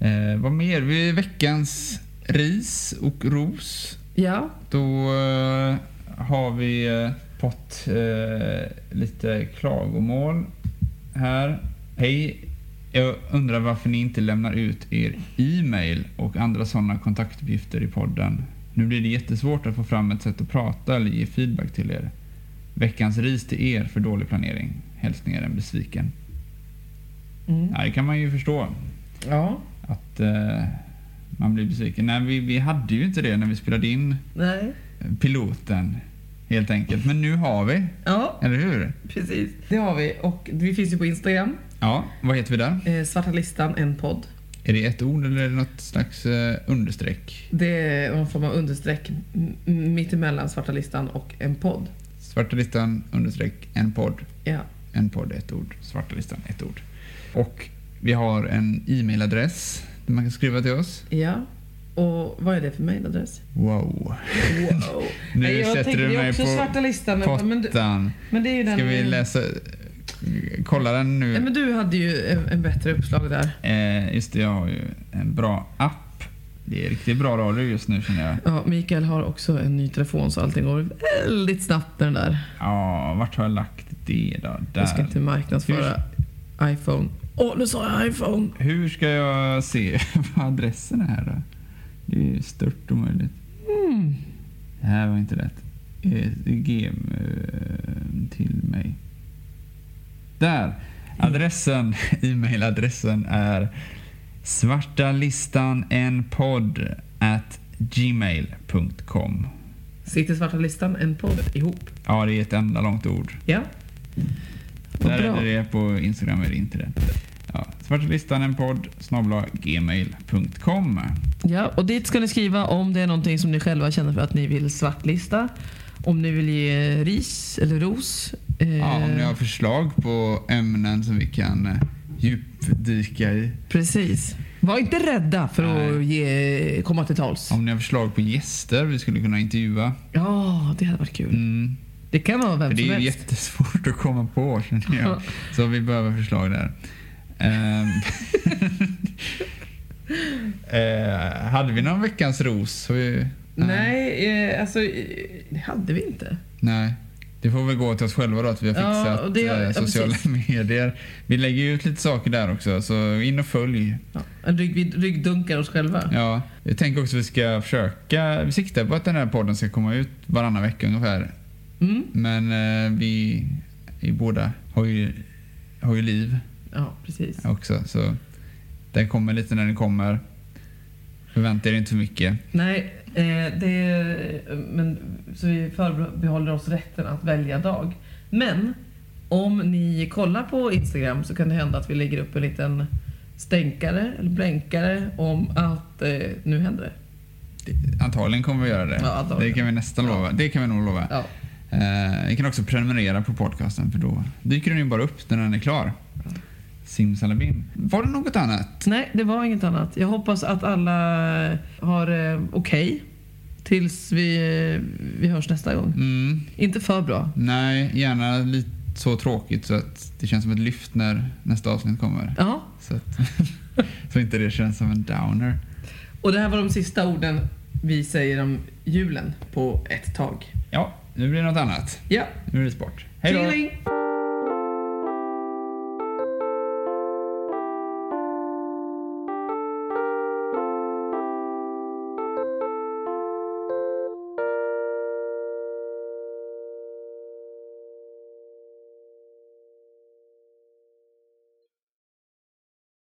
Speaker 1: Eh, vad mer? Vi veckans ris och ros.
Speaker 2: Ja,
Speaker 1: Då eh, har vi eh, fått eh, lite klagomål här. Hej! Jag undrar varför ni inte lämnar ut er e-mail och andra sådana kontaktuppgifter i podden. Nu blir det jättesvårt att få fram ett sätt att prata eller ge feedback till er. Veckans ris till er för dålig planering. Hälsningar en besviken.
Speaker 2: mm.
Speaker 1: Ja, det kan man ju förstå.
Speaker 2: ja.
Speaker 1: att eh, man blir besviken. Nej, vi, vi hade ju inte det när vi spelade in
Speaker 2: Nej.
Speaker 1: piloten helt enkelt. Men nu har vi,
Speaker 2: Ja,
Speaker 1: eller hur?
Speaker 2: precis. Det har vi. Och vi finns ju på Instagram.
Speaker 1: Ja, vad heter vi där?
Speaker 2: Eh, Svarta listan, en podd.
Speaker 1: Är det ett ord eller är det något slags eh, understreck?
Speaker 2: Det är någon form av understreck m- m- mittemellan Svarta listan och en podd.
Speaker 1: Svarta listan, understreck, en podd.
Speaker 2: Ja.
Speaker 1: En podd, ett ord. Svarta listan, ett ord. Och vi har en e-mailadress där man kan skriva till oss.
Speaker 2: ja. Och vad är det för mailadress?
Speaker 1: Wow.
Speaker 2: Wow.
Speaker 1: Nu
Speaker 2: Nej, jag
Speaker 1: sätter
Speaker 2: tänkte-
Speaker 1: du
Speaker 2: det är
Speaker 1: mig
Speaker 2: också
Speaker 1: på
Speaker 2: Svarta listan. Men, men, du,
Speaker 1: Pottan.
Speaker 2: men det är ju den...
Speaker 1: Ska vi läsa... Kolla den nu.
Speaker 2: Nej, men du hade ju en, en bättre uppslag där.
Speaker 1: Eh, just det, jag har ju en bra app. Det är riktigt bra radio just nu känner jag.
Speaker 2: Ja, Mikael har också en ny telefon så allting går väldigt snabbt med den där.
Speaker 1: Ja, vart har jag lagt det då?
Speaker 2: Jag ska
Speaker 1: Där.
Speaker 2: inte marknadsföra iPhone. Åh, nu sa jag iPhone!
Speaker 1: Hur ska jag se vad adressen är här då? Det är ju stört omöjligt.
Speaker 2: Mm.
Speaker 1: Det här var inte rätt. Eh, G eh, till mig. Där! Adressen, e-mailadressen är svarta listan en podd at gmail.com.
Speaker 2: Sitter svarta listan en podd ihop?
Speaker 1: Ja, det är ett enda långt ord.
Speaker 2: Ja. Vad
Speaker 1: Där
Speaker 2: bra.
Speaker 1: är det på Instagram är det inte det. Ja, svarta listan en podd snabla gmail.com.
Speaker 2: Ja, och dit ska ni skriva om det är någonting som ni själva känner för att ni vill svartlista. Om ni vill ge ris eller ros. Eh,
Speaker 1: Ja, om ni har förslag på ämnen som vi kan eh, djupdyka i.
Speaker 2: Precis. Var inte rädda för att
Speaker 1: Nej.
Speaker 2: ge, komma till tals. Ja,
Speaker 1: Om ni har förslag på gäster vi skulle kunna intervjua.
Speaker 2: det hade varit kul.
Speaker 1: Mm.
Speaker 2: Det kan vara
Speaker 1: För
Speaker 2: vem
Speaker 1: det
Speaker 2: som
Speaker 1: är ju
Speaker 2: helst.
Speaker 1: jättesvårt att komma på känner jag. Så vi behöver förslag där. Ehm. eh, hade vi någon veckans ros? Har vi-
Speaker 2: Nej, eh, alltså eh, det hade vi inte.
Speaker 1: Nej. Det får väl gå till oss själva då att vi har
Speaker 2: Ja,
Speaker 1: fixat
Speaker 2: och det-
Speaker 1: eh,
Speaker 2: ja,
Speaker 1: sociala medier. Vi lägger ju ut lite saker där också, så in och följ.
Speaker 2: Ja, en rygg, vi ryggdunkar oss själva.
Speaker 1: Ja, jag tänker också att vi ska försöka, vi siktar på att den här podden ska komma ut varannan vecka ungefär.
Speaker 2: Mm.
Speaker 1: Men eh, vi i båda har ju, har ju liv
Speaker 2: Ja, precis.
Speaker 1: också, så den kommer lite när den kommer. Förvänta er inte för mycket.
Speaker 2: Nej, eh, det är, men, så vi förbehåller oss rätten att välja dag. Men om ni kollar på Instagram så kan det hända att vi lägger upp en liten stänkare eller blänkare om att eh, nu händer det.
Speaker 1: Antagligen kommer vi göra det.
Speaker 2: Ja, antagligen.
Speaker 1: det kan vi nästan
Speaker 2: Ja.
Speaker 1: lova. Det kan vi nog lova.
Speaker 2: Ja,
Speaker 1: Eh, ni kan också prenumerera på podcasten för då dyker den ju bara upp när den är klar. Simsalabim. Var det något annat?
Speaker 2: Nej, det var inget annat. Jag hoppas att alla har eh, okej tills vi, eh, vi hörs nästa gång.
Speaker 1: Mm,
Speaker 2: Inte för bra.
Speaker 1: nej, gärna lite så tråkigt så att det känns som ett lyft när nästa avsnitt kommer.
Speaker 2: Ja,
Speaker 1: Så, att, så inte det känns som en downer.
Speaker 2: och det här var de sista orden vi säger om julen på ett tag.
Speaker 1: Ja, nu blir det något annat.
Speaker 2: Ja,
Speaker 1: Nu är det sport. Hej då!
Speaker 2: Tjingeling!